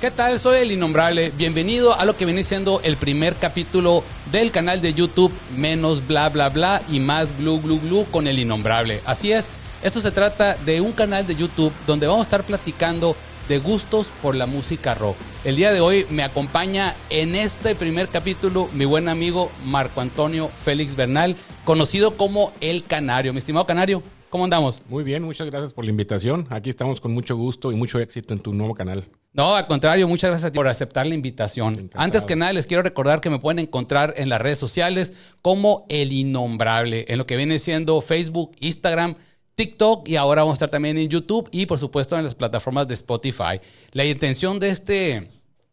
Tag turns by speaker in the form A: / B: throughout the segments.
A: ¿Qué tal? Soy el Innombrable. Bienvenido a lo que viene siendo el primer capítulo del canal de YouTube menos bla bla bla y más glu glu glu con el Innombrable. Así es, esto se trata de un canal de YouTube donde vamos a estar platicando de gustos por la música rock. El día de hoy me acompaña en este primer capítulo mi buen amigo Marco Antonio Félix Bernal, conocido como El Canario. Mi estimado Canario, ¿cómo andamos?
B: Muy bien, muchas gracias por la invitación. Aquí estamos con mucho gusto y mucho éxito en tu nuevo canal.
A: No, al contrario, muchas gracias a ti por aceptar la invitación.
B: Encantado.
A: Antes que nada, les quiero recordar que me pueden encontrar en las redes sociales como El Innombrable, en lo que viene siendo Facebook, Instagram, TikTok y ahora vamos a estar también en YouTube y por supuesto en las plataformas de Spotify. La intención de este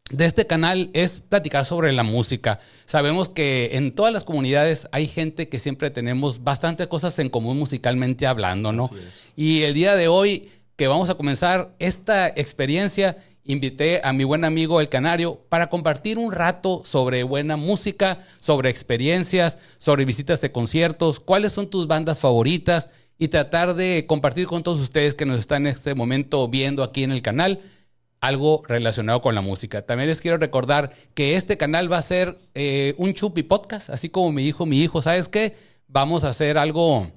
A: de este canal es platicar sobre la música. Sabemos que en todas las comunidades hay gente que siempre tenemos bastantes cosas en común musicalmente hablando, ¿no? Y el día de hoy que vamos a comenzar esta experiencia, invité a mi buen amigo El Canario para compartir un rato sobre buena música, sobre experiencias, sobre visitas de conciertos, cuáles son tus bandas favoritas y tratar de compartir con todos ustedes que nos están en este momento viendo aquí en el canal algo relacionado con la música. También les quiero recordar que este canal va a ser eh, un chupi podcast, así como mi hijo, mi hijo, ¿sabes qué? Vamos a hacer algo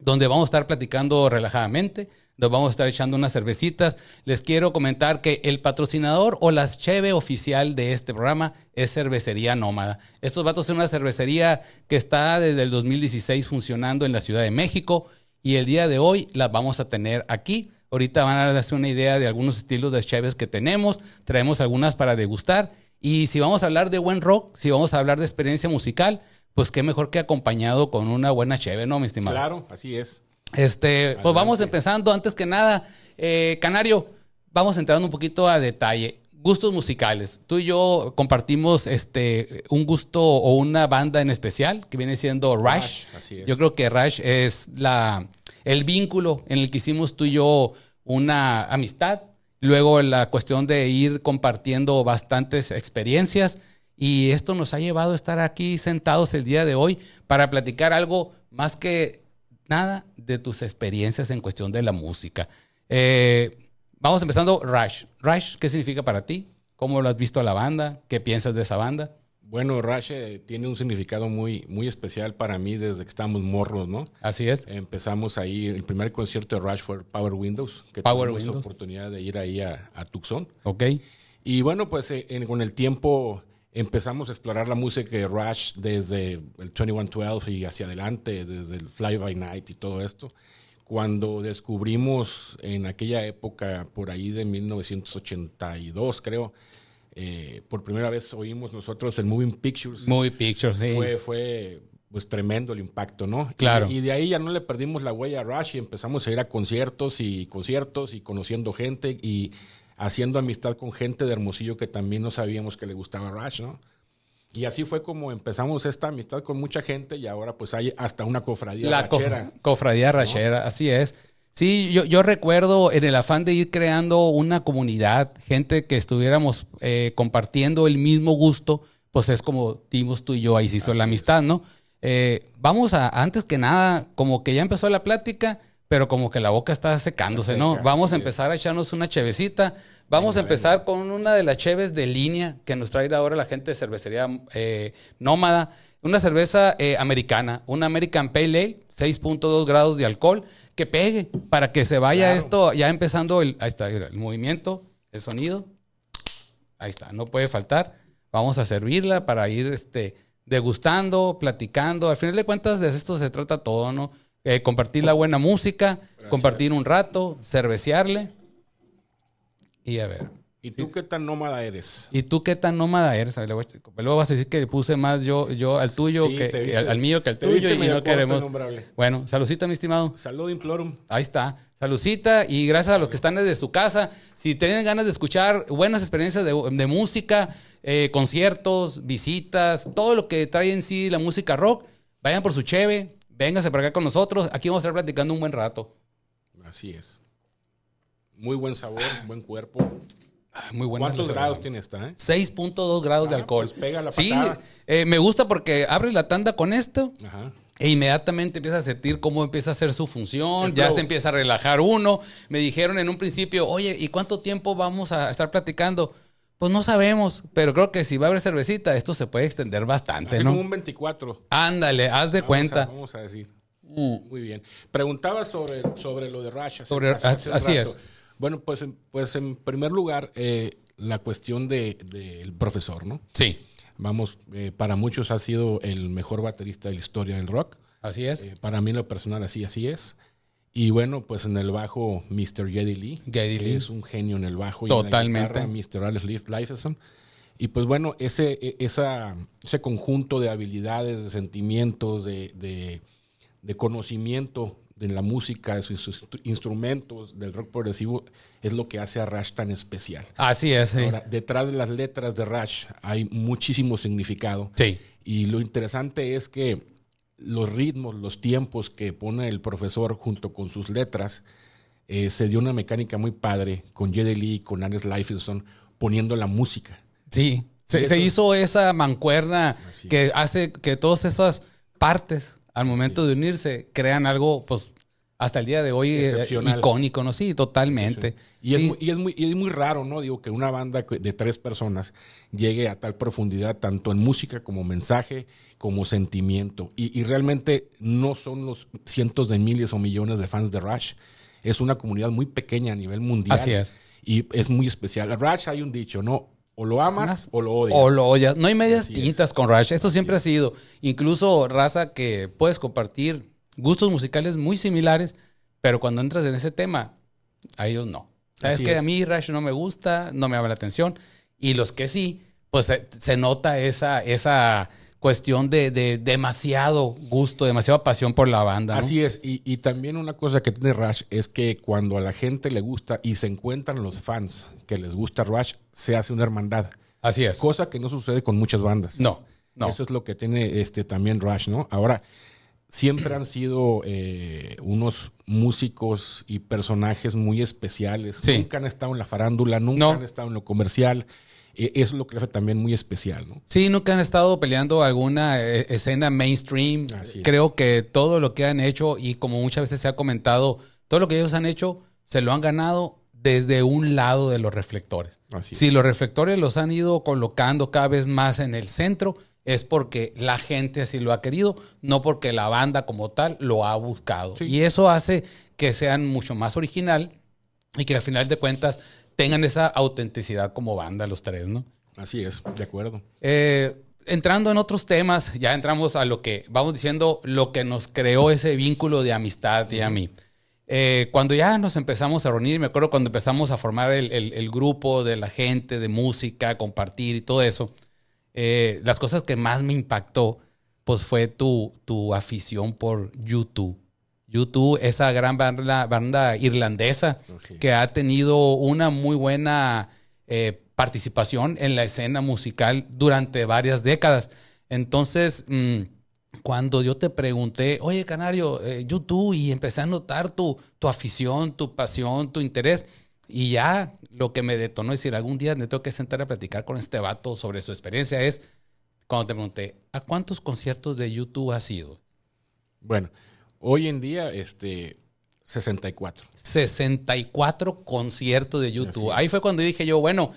A: donde vamos a estar platicando relajadamente, nos vamos a estar echando unas cervecitas. Les quiero comentar que el patrocinador o las cheve oficial de este programa es Cervecería Nómada. Estos vatos son una cervecería que está desde el 2016 funcionando en la Ciudad de México y el día de hoy las vamos a tener aquí. Ahorita van a darse una idea de algunos estilos de cheves que tenemos, traemos algunas para degustar y si vamos a hablar de buen rock, si vamos a hablar de experiencia musical, pues qué mejor que acompañado con una buena cheve, ¿no, mi estimado?
B: Claro, así es.
A: Este, pues vamos
B: Adelante.
A: empezando. Antes que nada, eh, Canario, vamos entrando un poquito a detalle. Gustos musicales. Tú y yo compartimos este, un gusto o una banda en especial que viene siendo Rush.
B: Rush, así es.
A: Yo creo que Rush es la, el vínculo en el que hicimos tú y yo una amistad. Luego la cuestión de ir compartiendo bastantes experiencias. Y esto nos ha llevado a estar aquí sentados el día de hoy para platicar algo más que nada de tus experiencias en cuestión de la música. Eh, vamos empezando, Rush. Rush, ¿qué significa para ti? ¿Cómo lo has visto a la banda? ¿Qué piensas de esa banda?
B: Bueno, Rush eh, tiene un significado muy, muy especial para mí desde que estábamos morros, ¿no?
A: Así es.
B: Empezamos ahí, el primer concierto de Rush fue Power Windows, que
A: Power
B: tuvimos
A: Windows.
B: oportunidad de ir ahí a, a Tucson.
A: Ok.
B: Y bueno, pues eh, en- con el tiempo empezamos a explorar la música de Rush desde el 2112 y hacia adelante, desde el Fly by Night y todo esto. Cuando descubrimos en aquella época, por ahí de 1982, creo, eh, por primera vez oímos nosotros el Moving Pictures.
A: Movie Pictures, sí.
B: Fue, fue pues tremendo el impacto, ¿no?
A: Claro.
B: Y, y de ahí ya no le perdimos la huella a Rush y empezamos a ir a conciertos y conciertos y conociendo gente y haciendo amistad con gente de Hermosillo que también no sabíamos que le gustaba Rush, ¿no? Y así fue como empezamos esta amistad con mucha gente y ahora pues hay hasta una cofradía
A: La cof-
B: rachera.
A: cofradía rachera, así es. Sí, yo, yo recuerdo en el afán de ir creando una comunidad, gente que estuviéramos eh, compartiendo el mismo gusto, pues es como dimos tú y yo, ahí se hizo la amistad, ¿no? Eh, vamos a, antes que nada, como que ya empezó la plática, pero como que la boca está secándose,
B: Está
A: ¿no?
B: seca,
A: Vamos a
B: así es.
A: empezar a echarnos una chevecita. Vamos a empezar con una de las cheves de línea que nos trae ahora la gente de cervecería eh, nómada. Una cerveza eh, americana, una American Pale Ale, 6.2 grados de alcohol, que pegue para que se vaya
B: Claro.
A: esto, ya empezando el, ahí está, mira, el movimiento, el sonido. Ahí está, no puede faltar. Vamos a servirla para ir este, degustando, platicando. Al final de cuentas, de esto se trata todo, ¿no? Eh, compartir la buena música, compartir un rato, cervecearle. Y a ver.
B: ¿Y tú qué tan nómada eres?
A: ¿Y tú qué tan nómada eres? A ver, le voy a- Luego vas a decir que le puse más yo, yo al tuyo,
B: Sí,
A: que,
B: te
A: que
B: viste-
A: al, al mío, que al
B: te
A: tuyo,
B: viste
A: y
B: medio
A: no
B: corto,
A: queremos.
B: innombrable.
A: Bueno, saludcita, mi estimado.
B: Salud implorum.
A: Ahí está. Salucita y gracias a los que están desde su casa. Si tienen ganas de escuchar buenas experiencias de, de música, eh, conciertos, visitas, todo lo que trae en sí la música rock, vayan por su cheve, vénganse para acá con nosotros. Aquí vamos a estar platicando un buen rato.
B: Así es. Muy buen sabor, buen cuerpo.
A: Ah, Muy buenas
B: ¿Cuántos
A: las-
B: grados tiene esta, eh?
A: 6.2 grados de
B: Ah,
A: alcohol.
B: pues pega la
A: sí,
B: patada.
A: eh, me gusta porque abre la tanda con esto.
B: Ajá.
A: E inmediatamente empieza a sentir cómo empieza a hacer su función,
B: El
A: ya
B: flow.
A: se empieza a relajar uno. Me dijeron en un principio, oye, ¿y cuánto tiempo vamos a estar platicando? Pues no sabemos, pero creo que si va a haber cervecita, esto se puede extender bastante,
B: Así
A: ¿no?
B: como un 24. Vamos
A: Ándale, haz de
B: a-
A: cuenta.
B: vamos a decir.
A: Mm.
B: Muy bien. Preguntaba sobre, sobre lo de Rush. hace-
A: Sobre-
B: hace- hace
A: así
B: rato.
A: es.
B: Bueno, pues, en- pues en primer lugar, eh, la cuestión de- del profesor, ¿no?
A: Sí,
B: Vamos, eh, para muchos ha sido el mejor baterista de la historia del rock.
A: así es.
B: Eh, para mí, en lo personal, así, así es. Y bueno, pues en el bajo, Mr. Jedi Lee.
A: Geddy
B: que
A: Lee.
B: Es un genio en el bajo.
A: Totalmente.
B: Y en la guitarra, Mr. Alex Lif- Lifeson. Y pues bueno, ese, e- esa, ese conjunto de habilidades, de sentimientos, de, de- de conocimiento de la música, de sus instru- instrumentos, del rock progresivo, es lo que hace a Rush tan especial.
A: Así es, sí.
B: Ahora, detrás de las letras de Rush hay muchísimo significado.
A: Sí.
B: Y lo interesante es que los ritmos, los tiempos que pone el profesor junto con sus letras, eh, se dio una mecánica muy padre con Jedi Lee, con Alex Lifeson, poniendo la música.
A: Sí,
B: Y
A: se,
B: eso-
A: se hizo esa mancuerna
B: Así
A: que hace que todas esas partes al momento de unirse crean algo, pues, hasta el día de hoy eh,
B: Excepcional.
A: icónico, ¿no? Sí, totalmente.
B: Y es,
A: Sí,
B: muy, y es muy- y es muy raro, ¿no? Digo, que una banda que- de tres personas llegue a tal profundidad, tanto en música como mensaje, como sentimiento. Y, y realmente no son los cientos de miles o millones de fans de Rush. Es una comunidad muy pequeña a nivel mundial.
A: Así es.
B: Y es muy especial. Rush hay un dicho, ¿no? O lo amas o lo odias.
A: O lo odias. No hay medias
B: Así es.
A: tintas con Rush. Esto siempre ha sido. Incluso raza que puedes compartir gustos musicales muy similares, pero cuando entras en ese tema, a ellos no. Sabes
B: Así
A: que
B: es.
A: a mí Rush no me gusta, no me llama la atención. Y los que sí, pues se, se nota esa, esa cuestión de, de demasiado gusto, demasiada pasión por la banda. ¿no?
B: Así es, y, y también una cosa que tiene Rush es que cuando a la gente le gusta y se encuentran los fans que les gusta Rush, se hace una hermandad.
A: Así es.
B: Cosa que no sucede con muchas bandas.
A: No, no.
B: Eso es lo que tiene este, también Rush, ¿no? Ahora, siempre han sido eh, unos músicos y personajes muy especiales.
A: Sí.
B: Nunca han estado en la farándula, nunca
A: No.
B: han estado en lo comercial. Eh, eso es lo que lo hace también muy especial, ¿no?
A: Sí, nunca han estado peleando alguna eh, escena mainstream.
B: Así es.
A: Creo que todo lo que han hecho, y como muchas veces se ha comentado, todo lo que ellos han hecho se lo han ganado desde un lado de los reflectores.
B: Así
A: si los reflectores los han ido colocando cada vez más en el centro, es porque la gente así lo ha querido, no porque la banda como tal lo ha buscado.
B: Sí.
A: Y eso hace que sean mucho más original y que al final de cuentas tengan esa autenticidad como banda los tres, ¿no?
B: Así es, de acuerdo.
A: Eh, entrando en otros temas, ya entramos a lo que vamos diciendo, lo que nos creó ese vínculo de amistad y a mí. Eh, cuando ya nos empezamos a reunir, me acuerdo cuando empezamos a formar el, el- el grupo de la gente, de música, compartir y todo eso, eh, las cosas que más me impactó, pues fue tu, tu afición por YouTube. YouTube, esa gran banda, banda irlandesa
B: Así es.
A: que ha tenido una muy buena eh, participación en la escena musical durante varias décadas. Entonces, mm, cuando yo te pregunté, oye, Canario, eh, YouTube, y empecé a notar tu, tu afición, tu pasión, tu interés, y ya lo que me detonó es decir, algún día me tengo que sentar a platicar con este vato sobre su experiencia es cuando te pregunté, ¿a cuántos conciertos de YouTube has ido?
B: Bueno, hoy en día, este, 64.
A: 64 conciertos de
B: Así
A: YouTube.
B: es.
A: Ahí fue cuando dije yo, bueno,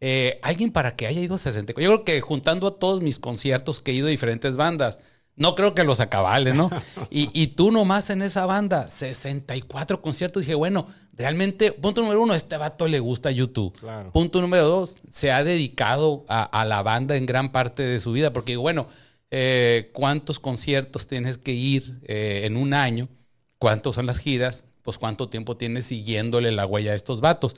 A: eh, alguien para que haya ido a 64. Yo creo que juntando a todos mis conciertos que he ido a diferentes bandas, no creo que los acabale, ¿no? Y, y tú nomás en esa banda, 64 conciertos. Dije, bueno, realmente, punto número uno, a este vato le gusta YouTube.
B: Claro.
A: Punto número dos, se ha dedicado a, a la banda en gran parte de su vida, porque bueno, eh, ¿cuántos conciertos tienes que ir eh, en un año? ¿Cuántos son las giras? Pues cuánto tiempo tienes siguiéndole la huella a estos vatos.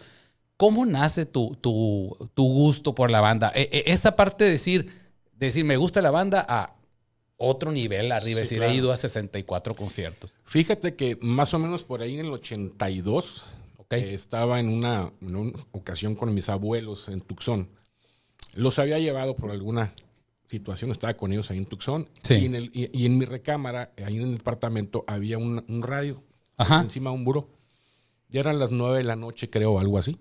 A: ¿Cómo nace tu, tu, tu gusto por la banda? E- e- esa parte de decir, decir, me gusta la banda a otro nivel arriba,
B: Sí,
A: es decir,
B: claro.
A: he ido a 64 conciertos.
B: Fíjate que más o menos por ahí en el 82
A: Ok.
B: eh, estaba en una, en una ocasión con mis abuelos en Tucson. Los había llevado por alguna situación, estaba con ellos ahí en Tucson.
A: Sí.
B: Y, en el- y- y en mi recámara, ahí en el departamento, había un, un radio
A: Ajá.
B: encima de un buró. Ya eran las 9 de la noche, creo, algo así.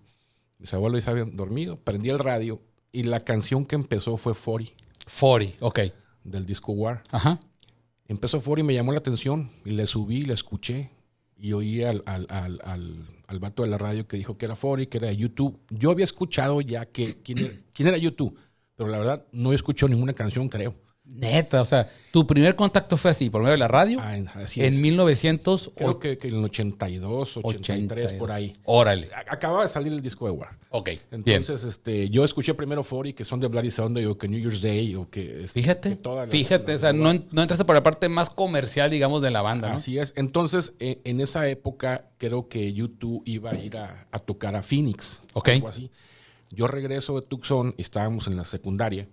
B: Mis abuelos ya habían dormido. Prendí el radio y la canción que empezó fue 40
A: 40, ok.
B: del disco War.
A: Ajá.
B: Empezó Fori y me llamó la atención. Y le subí, la escuché. Y y oí al, al, al, al, al vato de la radio que dijo que era Fori, que era de YouTube. Yo había escuchado ya que quién era, quién era YouTube, pero la verdad no he escuchado ninguna canción, creo.
A: Neta, o sea, tu primer contacto fue así, por medio de la radio,
B: Ah, en- así es.
A: en 1900.
B: Creo que, que en el 82, 83, por ahí.
A: Órale.
B: A- Acababa de salir el disco de War.
A: Ok. bien.
B: Entonces, este, yo escuché primero Fori, que son de Bloody Sunday, o que New Year's Day, o que... este, que
A: Fíjate,
B: toda la-
A: fíjate,
B: la-
A: o sea,
B: la-
A: no, en- no entraste por la parte más comercial, digamos, de la banda, ¿no?
B: Así es. Entonces, e- en esa época, creo que YouTube iba a ir a, a tocar a Phoenix.
A: Ok.
B: Algo así. Yo regreso de Tucson, estábamos en la secundaria,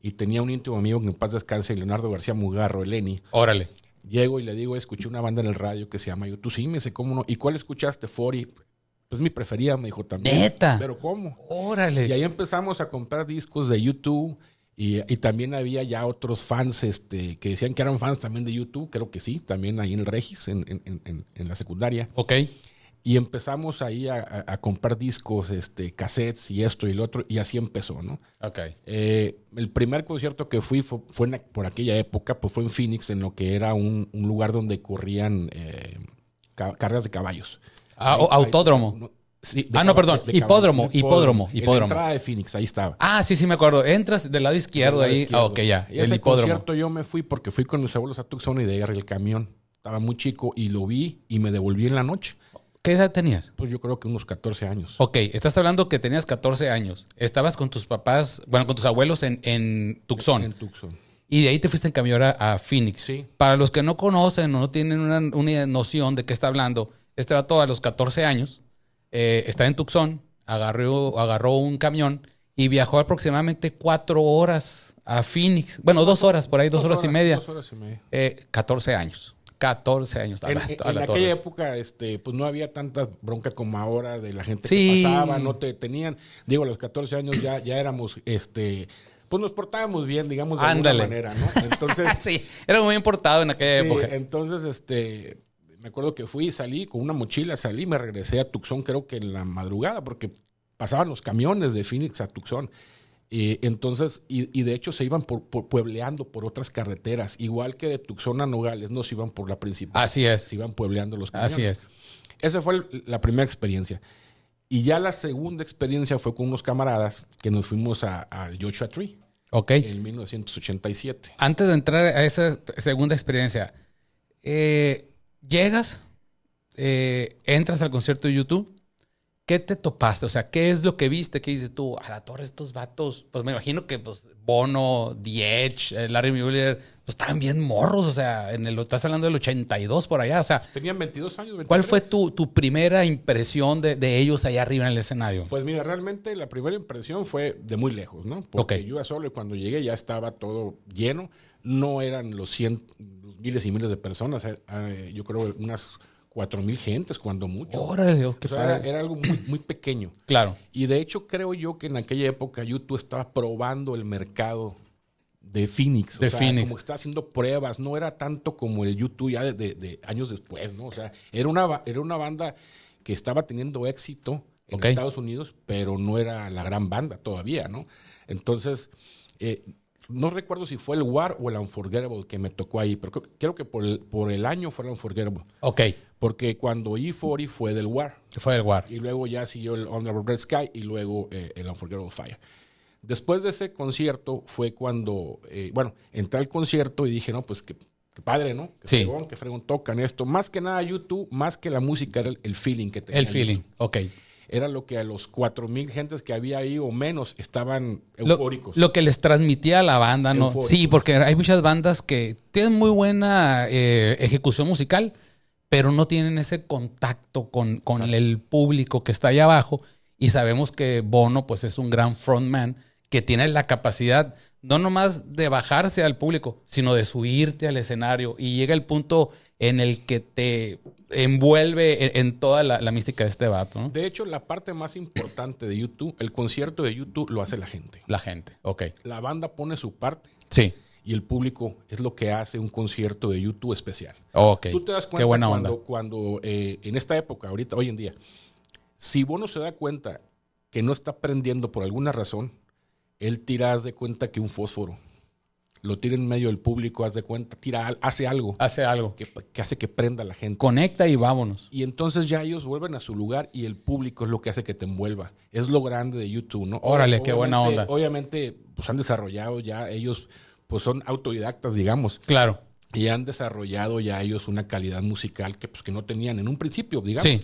B: y tenía un íntimo amigo que en paz descanse, Leonardo García Mugarro, el Eni.
A: Órale.
B: Llego y le digo, escuché una banda en el radio que se llama YouTube. Sí, me dice, ¿cómo no? ¿Y cuál escuchaste? Fori. Pues mi preferida, me dijo también.
A: ¿Neta?
B: ¿Pero cómo?
A: Órale.
B: Y ahí empezamos a comprar discos de YouTube. Y, y también había ya otros fans este, que decían que eran fans también de YouTube, creo que sí, también ahí en el Regis, en, en- en- en- en la secundaria.
A: Ok.
B: Y empezamos ahí a, a- a comprar discos, este, cassettes y esto y lo otro, y así empezó, ¿no?
A: Ok.
B: Eh, el primer concierto que fui fue, fue en- por aquella época, pues fue en Phoenix, en lo que era un, un lugar donde corrían eh, ca- carreras de caballos.
A: Ah,
B: Ahí-
A: o- autódromo.
B: no, sí, de
A: Ah, no,
B: caba-
A: perdón,
B: de caballo-
A: hipódromo,
B: en el
A: hipódromo,
B: en la
A: hipódromo.
B: entrada de Phoenix, ahí estaba.
A: Ah, sí, sí, me acuerdo. Entras del lado izquierdo
B: Del lado
A: ahí.
B: izquierdo.
A: Ah, ok, ya.
B: Y
A: el
B: ese
A: hipódromo.
B: concierto yo me fui porque fui con mis abuelos a Tucson y de ahí agarré el camión. Estaba muy chico y lo vi y me devolví en la noche.
A: ¿Qué edad tenías?
B: Pues yo creo que unos 14 años.
A: Ok, estás hablando que tenías 14 años. Estabas con tus papás, bueno, con tus abuelos en, en Tucson.
B: En Tucson.
A: Y de ahí te fuiste en camión a, a Phoenix.
B: Sí.
A: Para los que no conocen o no tienen una, una noción de qué está hablando, este vato a los 14 años eh, está en Tucson, agarró, agarró un camión y viajó aproximadamente cuatro horas a Phoenix. Bueno, dos horas, por ahí, dos, horas, y media.
B: Dos horas y media.
A: Eh, 14 años. 14 años. A
B: En,
A: la-
B: en-
A: a
B: en
A: la
B: aquella
A: torre.
B: época, este, pues no había tanta bronca como ahora de la gente
A: Sí.
B: que pasaba, no te tenían. Digo, a los 14 años ya, ya éramos, este, pues nos portábamos bien, digamos, de
A: Ándale.
B: alguna manera, ¿no? Entonces,
A: sí, era muy importado en aquella
B: sí, eh,
A: época.
B: entonces, este, me acuerdo que fui, salí con una mochila, salí, me regresé a Tucson, creo que en la madrugada, porque pasaban los camiones de Phoenix a Tucson. Y entonces, y, y de hecho se iban por, por- puebleando por otras carreteras, igual que de Tucson a Nogales, no se iban por la principal,
A: Así es.
B: se iban puebleando los camiones.
A: Así es.
B: Esa fue el- la primera experiencia. Y ya la segunda experiencia fue con unos camaradas que nos fuimos a- al Joshua Tree
A: Ok.
B: en 1987.
A: Antes de entrar a esa segunda experiencia, eh, llegas, eh, entras al concierto de YouTube, ¿qué te topaste? O sea, ¿qué es lo que viste? ¿Qué dices tú? A la torre, estos vatos, pues me imagino que pues, Bono, Diech, eh, Larry Mueller, pues estaban bien morros, o sea, en el, estás hablando del 82 por allá, o sea,
B: Tenían 22 años. 23.
A: ¿cuál fue tu, tu primera impresión de, de ellos allá arriba en el escenario?
B: Pues mira, realmente la primera impresión fue de muy lejos, ¿no? Porque
A: Ok.
B: yo iba solo y cuando llegué ya estaba todo lleno. No eran los, cien, los miles y miles de personas. eh, eh, yo creo unas 4 mil gentes cuando mucho.
A: Órale, oh, qué
B: O sea, era,
A: padre.
B: era algo muy, muy pequeño.
A: Claro,
B: Y de hecho creo yo que en aquella época YouTube estaba probando el mercado de Phoenix.
A: De
B: o sea,
A: Phoenix.
B: Como estaba haciendo pruebas. No era tanto como el YouTube ya de, de- de años después, ¿no? O sea, era una, ba- era una banda que estaba teniendo éxito en
A: Ok.
B: Estados Unidos, pero no era la gran banda todavía, ¿no? Entonces, eh, no recuerdo si fue el War o el Unforgettable que me tocó ahí, pero creo, creo que por el, por el año fue el Unforgettable.
A: ok,
B: Porque cuando E40 fue del War
A: fue el War.
B: y luego ya siguió el Honorable Red Sky y luego eh, el Unforgettable Fire. Después de ese concierto fue cuando, eh, bueno, entré al concierto y dije, no, pues qué, qué padre, ¿no? Que
A: Sí.
B: fregón, que fregón tocan esto. Más que nada YouTube, más que la música, era el, el feeling que tenía.
A: El feeling,
B: YouTube.
A: ok.
B: Era lo que a los 4.000 gentes que había ahí o menos estaban
A: lo-
B: eufóricos.
A: Lo, que les transmitía a la banda, ¿no?
B: Eufóricos.
A: Sí, porque hay muchas bandas que tienen muy buena eh, ejecución musical, pero no tienen ese contacto con, con el público que está allá abajo. Y sabemos que Bono, pues, es un gran frontman que tiene la capacidad no nomás de bajarse al público, sino de subirte al escenario. Y llega el punto en el que te envuelve en, en toda la, la mística de este vato, ¿no?
B: De hecho, la parte más importante de YouTube, el concierto de YouTube lo hace la gente.
A: La gente. Ok.
B: La banda pone su parte
A: Sí.
B: y el público es lo que hace un concierto de YouTube especial.
A: Ok.
B: Tú te das
A: Qué
B: cuenta
A: buena onda.
B: cuando, cuando, eh, en esta época, ahorita, hoy en día, si Bono se da cuenta que no está prendiendo por alguna razón, él tira haz de cuenta que un fósforo. lo tira en medio del público, haz de cuenta, tira, al- hace algo
A: Hace algo.
B: que, que hace que prenda a la gente.
A: Conecta y vámonos.
B: Y entonces ya ellos vuelven a su lugar y el público es lo que hace que te envuelva. Es lo grande de YouTube, ¿no?
A: Órale, qué
B: Obviamente-
A: buena onda.
B: Obviamente, pues han desarrollado ya ellos, pues son autodidactas, digamos,
A: Claro.
B: y han desarrollado ya ellos una calidad musical que pues que no tenían en un principio, digamos.
A: Sí.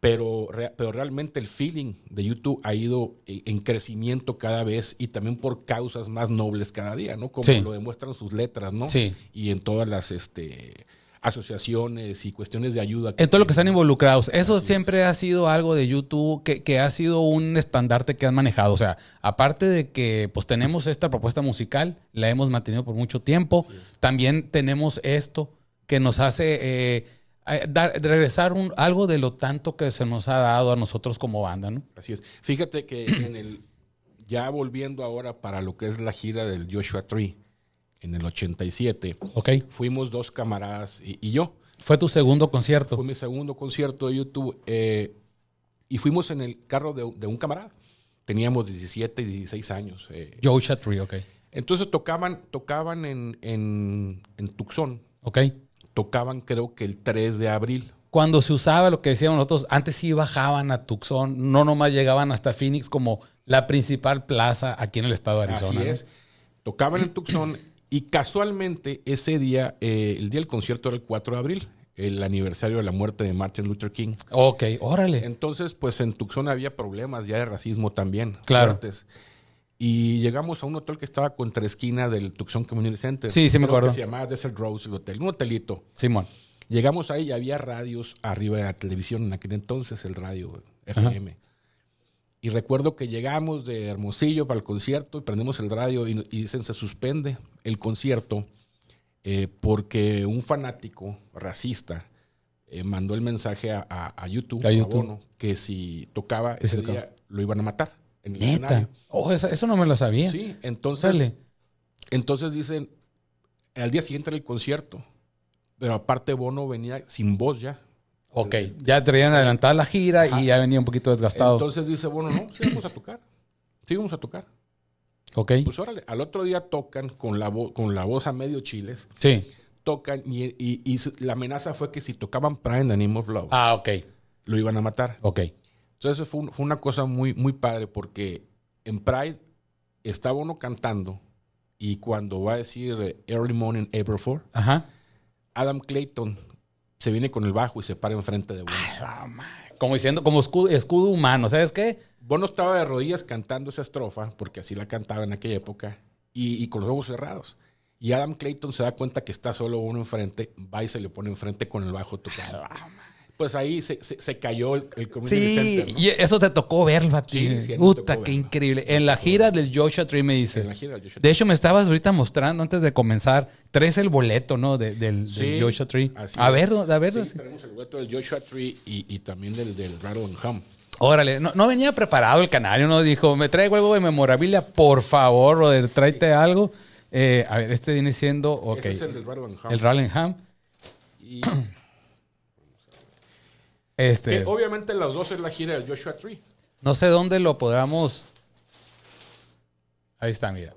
B: Pero, re- pero realmente el feeling de YouTube ha ido e- en crecimiento cada vez y también por causas más nobles cada día, ¿no? Como
A: Sí.
B: lo demuestran sus letras, ¿no?
A: Sí.
B: Y en todas las este, asociaciones y cuestiones de ayuda.
A: En todo lo que están
B: tienen.
A: involucrados. Eso siempre ha sido algo de YouTube que, que ha sido un estandarte que han manejado. O sea, aparte de que pues tenemos esta propuesta musical, la hemos mantenido por mucho tiempo, también tenemos esto que nos hace eh, eh, dar- regresar un, algo de lo tanto que se nos ha dado a nosotros como banda, ¿no?
B: Así es. Fíjate que en el ya volviendo ahora para lo que es la gira del Joshua Tree en el 87,
A: Ok.
B: fuimos dos camaradas y, y yo.
A: Fue tu segundo concierto.
B: Fue mi segundo concierto de YouTube eh, y fuimos en el carro de, de un camarada. Teníamos 17 y 16 años. eh.
A: Joe Shatry, ok.
B: Entonces tocaban, tocaban en, en, en Tucson,
A: Ok.
B: tocaban creo que el 3 de abril.
A: Cuando se usaba lo que decíamos nosotros, antes sí bajaban a Tucson, no nomás llegaban hasta Phoenix como la principal plaza aquí en el estado de Arizona.
B: Así
A: ¿no?
B: es. Tocaban en Tucson y casualmente ese día, eh, el día del concierto era el 4 de abril, el aniversario de la muerte de Martin Luther King.
A: Ok, órale.
B: Entonces, pues en Tucson había problemas ya de racismo también.
A: Claro.
B: fuertes. Y llegamos a un hotel que estaba contra esquina del Tucson Community Center.
A: Sí, sí me
B: Creo que
A: acuerdo.
B: se llamaba Desert Rose el hotel, un hotelito.
A: Simón.
B: Llegamos ahí y había radios arriba de la televisión en aquel entonces, el radio FM. Y recuerdo que llegamos de Hermosillo para el concierto y prendemos el radio y, y dicen se suspende el concierto eh, porque un fanático racista eh, mandó el mensaje a, a- a YouTube,
A: A
B: a
A: YouTube.
B: Bono, que si tocaba
A: se
B: ese
A: tocaba.
B: día lo iban a matar en el
A: Neta.
B: escenario.
A: Oh, eso, eso no me lo sabía.
B: Sí, entonces
A: Órale.
B: entonces dicen, al día siguiente era el concierto, pero aparte Bono venía sin voz ya.
A: Ok, ya traían adelantada la gira
B: eh, Ajá.
A: y ya venía un poquito desgastado.
B: Entonces dice Bono, no, sí vamos a tocar, sí vamos a tocar.
A: ok,
B: Pues órale, al otro día tocan con la, vo- con la voz a medio chiles,
A: sí.
B: tocan y, y- y s- la amenaza fue que si tocaban Prime the Name of Love,
A: Ah, ok,
B: lo iban a matar.
A: ok.
B: Entonces fue, un- fue una cosa muy, muy padre porque en Pride estaba uno cantando y cuando va a decir eh, Early Morning April 4,
A: Ajá.
B: Adam Clayton se viene con el bajo y se para enfrente de Bono.
A: Ah, Como diciendo, como escudo, escudo humano, ¿sabes qué?
B: Bono estaba de rodillas cantando esa estrofa, porque así la cantaba en aquella época, y, y con los ojos cerrados. Y Adam Clayton se da cuenta que está solo uno enfrente, va y se le pone enfrente con el bajo tocando. Pues ahí se, se- se cayó el, el community center, ¿no?
A: y eso te tocó verlo a ti.
B: Sí, sí, me
A: Puta,
B: tocó
A: qué
B: verlo.
A: increíble. En la gira del Joshua Tree me dice.
B: En la gira del Joshua
A: De hecho, me estabas ahorita mostrando antes de comenzar. Traes el boleto, ¿no? De- del,
B: Sí,
A: del Joshua Tree.
B: así
A: A
B: es.
A: ver, a ver.
B: Sí, tenemos el boleto del Joshua Tree y, y también del, del Rattle and Hum.
A: Órale, no, no venía preparado el canario, no dijo, me traigo algo de memorabilia, por favor, brother, tráete algo. Eh, a ver, este viene siendo, ok,
B: Ese es el del Rattle and Hum.
A: el Rallenham.
B: Y- que
A: Este,
B: obviamente los dos es la gira del Joshua Tree.
A: no sé dónde lo podamos. Ahí está, mira.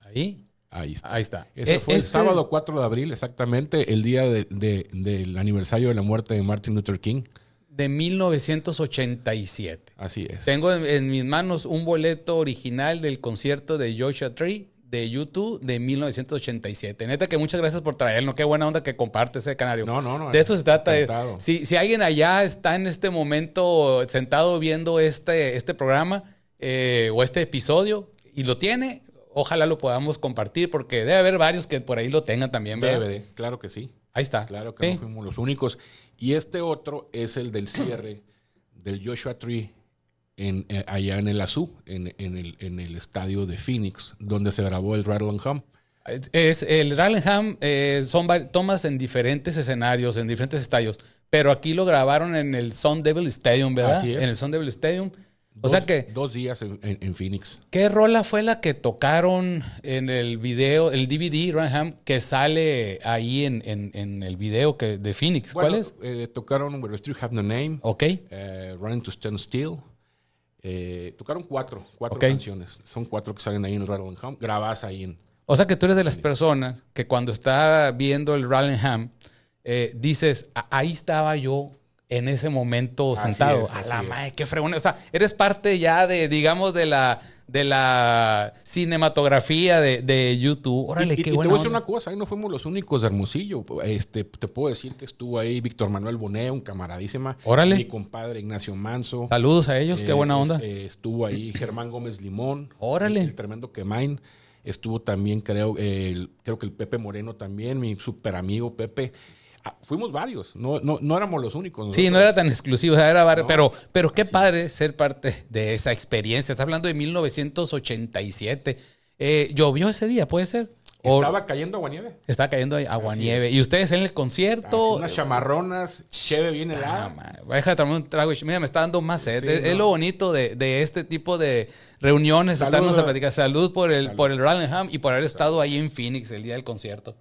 A: Ahí,
B: Ahí está.
A: ahí está.
B: Ese
A: Eh,
B: fue el
A: este-
B: sábado 4 de abril, exactamente, el día de- de- del aniversario de la muerte de Martin Luther King.
A: De 1987.
B: Así es.
A: Tengo en, en mis manos un boleto original del concierto de Joshua Tree de YouTube de 1987. Neta que muchas gracias por traerlo. Qué buena onda que comparte ese canario.
B: No, no, no.
A: De esto se trata. eh, de-
B: Encantado.
A: si, si alguien allá está en este momento sentado viendo este, este programa eh, o este episodio y lo tiene, ojalá lo podamos compartir porque debe haber varios que por ahí lo tengan también. ¿verdad?
B: DVD, claro que sí.
A: Ahí está.
B: Claro que
A: Sí.
B: no fuimos los únicos. Y este otro es el del cierre del Joshua Tree en, eh, allá en el Azul, en, en el, en el estadio de Phoenix, donde se grabó el Rattle and Hum.
A: Es el Rallenham, eh, son va- tomas en diferentes escenarios, en diferentes estadios. Pero aquí lo grabaron en el Sun Devil Stadium, ¿verdad?
B: Así es.
A: En el Sun Devil Stadium. O
B: Dos-
A: sea que,
B: Dos días en, en- en Phoenix.
A: ¿qué rola fue la que tocaron en el video, el DVD Rallenham, que sale ahí en, en- en el video que, de Phoenix? ¿Cuál
B: Bueno,
A: es?
B: eh, tocaron Where Still Have No Name,
A: Ok.
B: eh, Running to Stand Still, Eh, tocaron cuatro, cuatro
A: Ok.
B: canciones. Son cuatro que salen ahí en el Rattle and Hum, grabadas ahí en...
A: O sea que tú eres de las personas que cuando está viendo el Rallingham, eh, dices, "Ah, ahí estaba yo en ese momento
B: Así
A: sentado.
B: es,
A: a
B: así
A: la
B: es.
A: madre, qué fregón. O sea, eres parte ya de, digamos, de la, de la cinematografía de, de YouTube. Órale,
B: y,
A: qué
B: y te voy
A: bueno.
B: a decir una cosa, ahí no fuimos los únicos de Hermosillo. Este, te puedo decir que estuvo ahí Víctor Manuel Bonet, un camaradísima.
A: Órale.
B: Mi compadre Ignacio Manso.
A: Saludos a ellos, qué
B: Eh,
A: buena
B: es-
A: onda.
B: eh, estuvo ahí Germán Gómez Limón.
A: Órale.
B: El, el tremendo Quemain. Estuvo también, creo, el- creo que el Pepe Moreno también, mi super amigo Pepe. Ah, fuimos varios, no, no, no éramos los únicos.
A: Sí, no
B: nosotros.
A: era tan exclusivo, o sea, era bar-
B: No,
A: pero, pero qué padre ser parte de esa experiencia. Estás hablando de 1987. Eh, ¿Llovió ese día, puede ser? O-
B: Estaba cayendo aguanieve.
A: Está cayendo ahí agua
B: Así
A: nieve.
B: es.
A: Y ustedes en el
B: Así,
A: concierto.
B: Ah,
A: Ah,
B: unas chamarronas, cheve bien helada.
A: Deja de tomar un trago. y- Mira, me está dando más sed.
B: Sí,
A: es, es
B: no.
A: lo bonito de, de este tipo de reuniones,
B: Salud.
A: sentarnos a platicar. Salud por el,
B: Salud.
A: por el Rallingham y por haber estado ahí en Phoenix el día del concierto.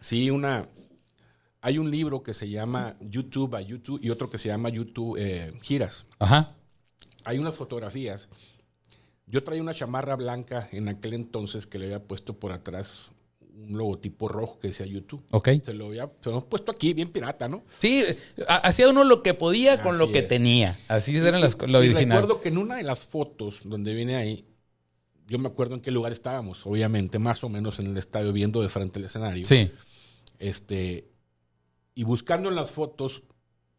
B: Sí, una. Hay un libro que se llama YouTube a YouTube y otro que se llama YouTube eh, Giras.
A: Ajá.
B: Hay unas fotografías. Yo traía una chamarra blanca en aquel entonces que le había puesto por atrás un logotipo rojo que decía YouTube.
A: Ok.
B: Se lo había se lo hemos puesto aquí, bien pirata, ¿no?
A: Sí, ha- hacía uno lo que podía con lo
B: Así
A: que
B: es.
A: tenía. Así eran las, lo
B: y
A: original.
B: recuerdo que en una de las fotos donde viene ahí, yo me acuerdo en qué lugar estábamos, obviamente, más o menos en el estadio, viendo de frente el escenario.
A: Sí.
B: Este, y buscando en las fotos,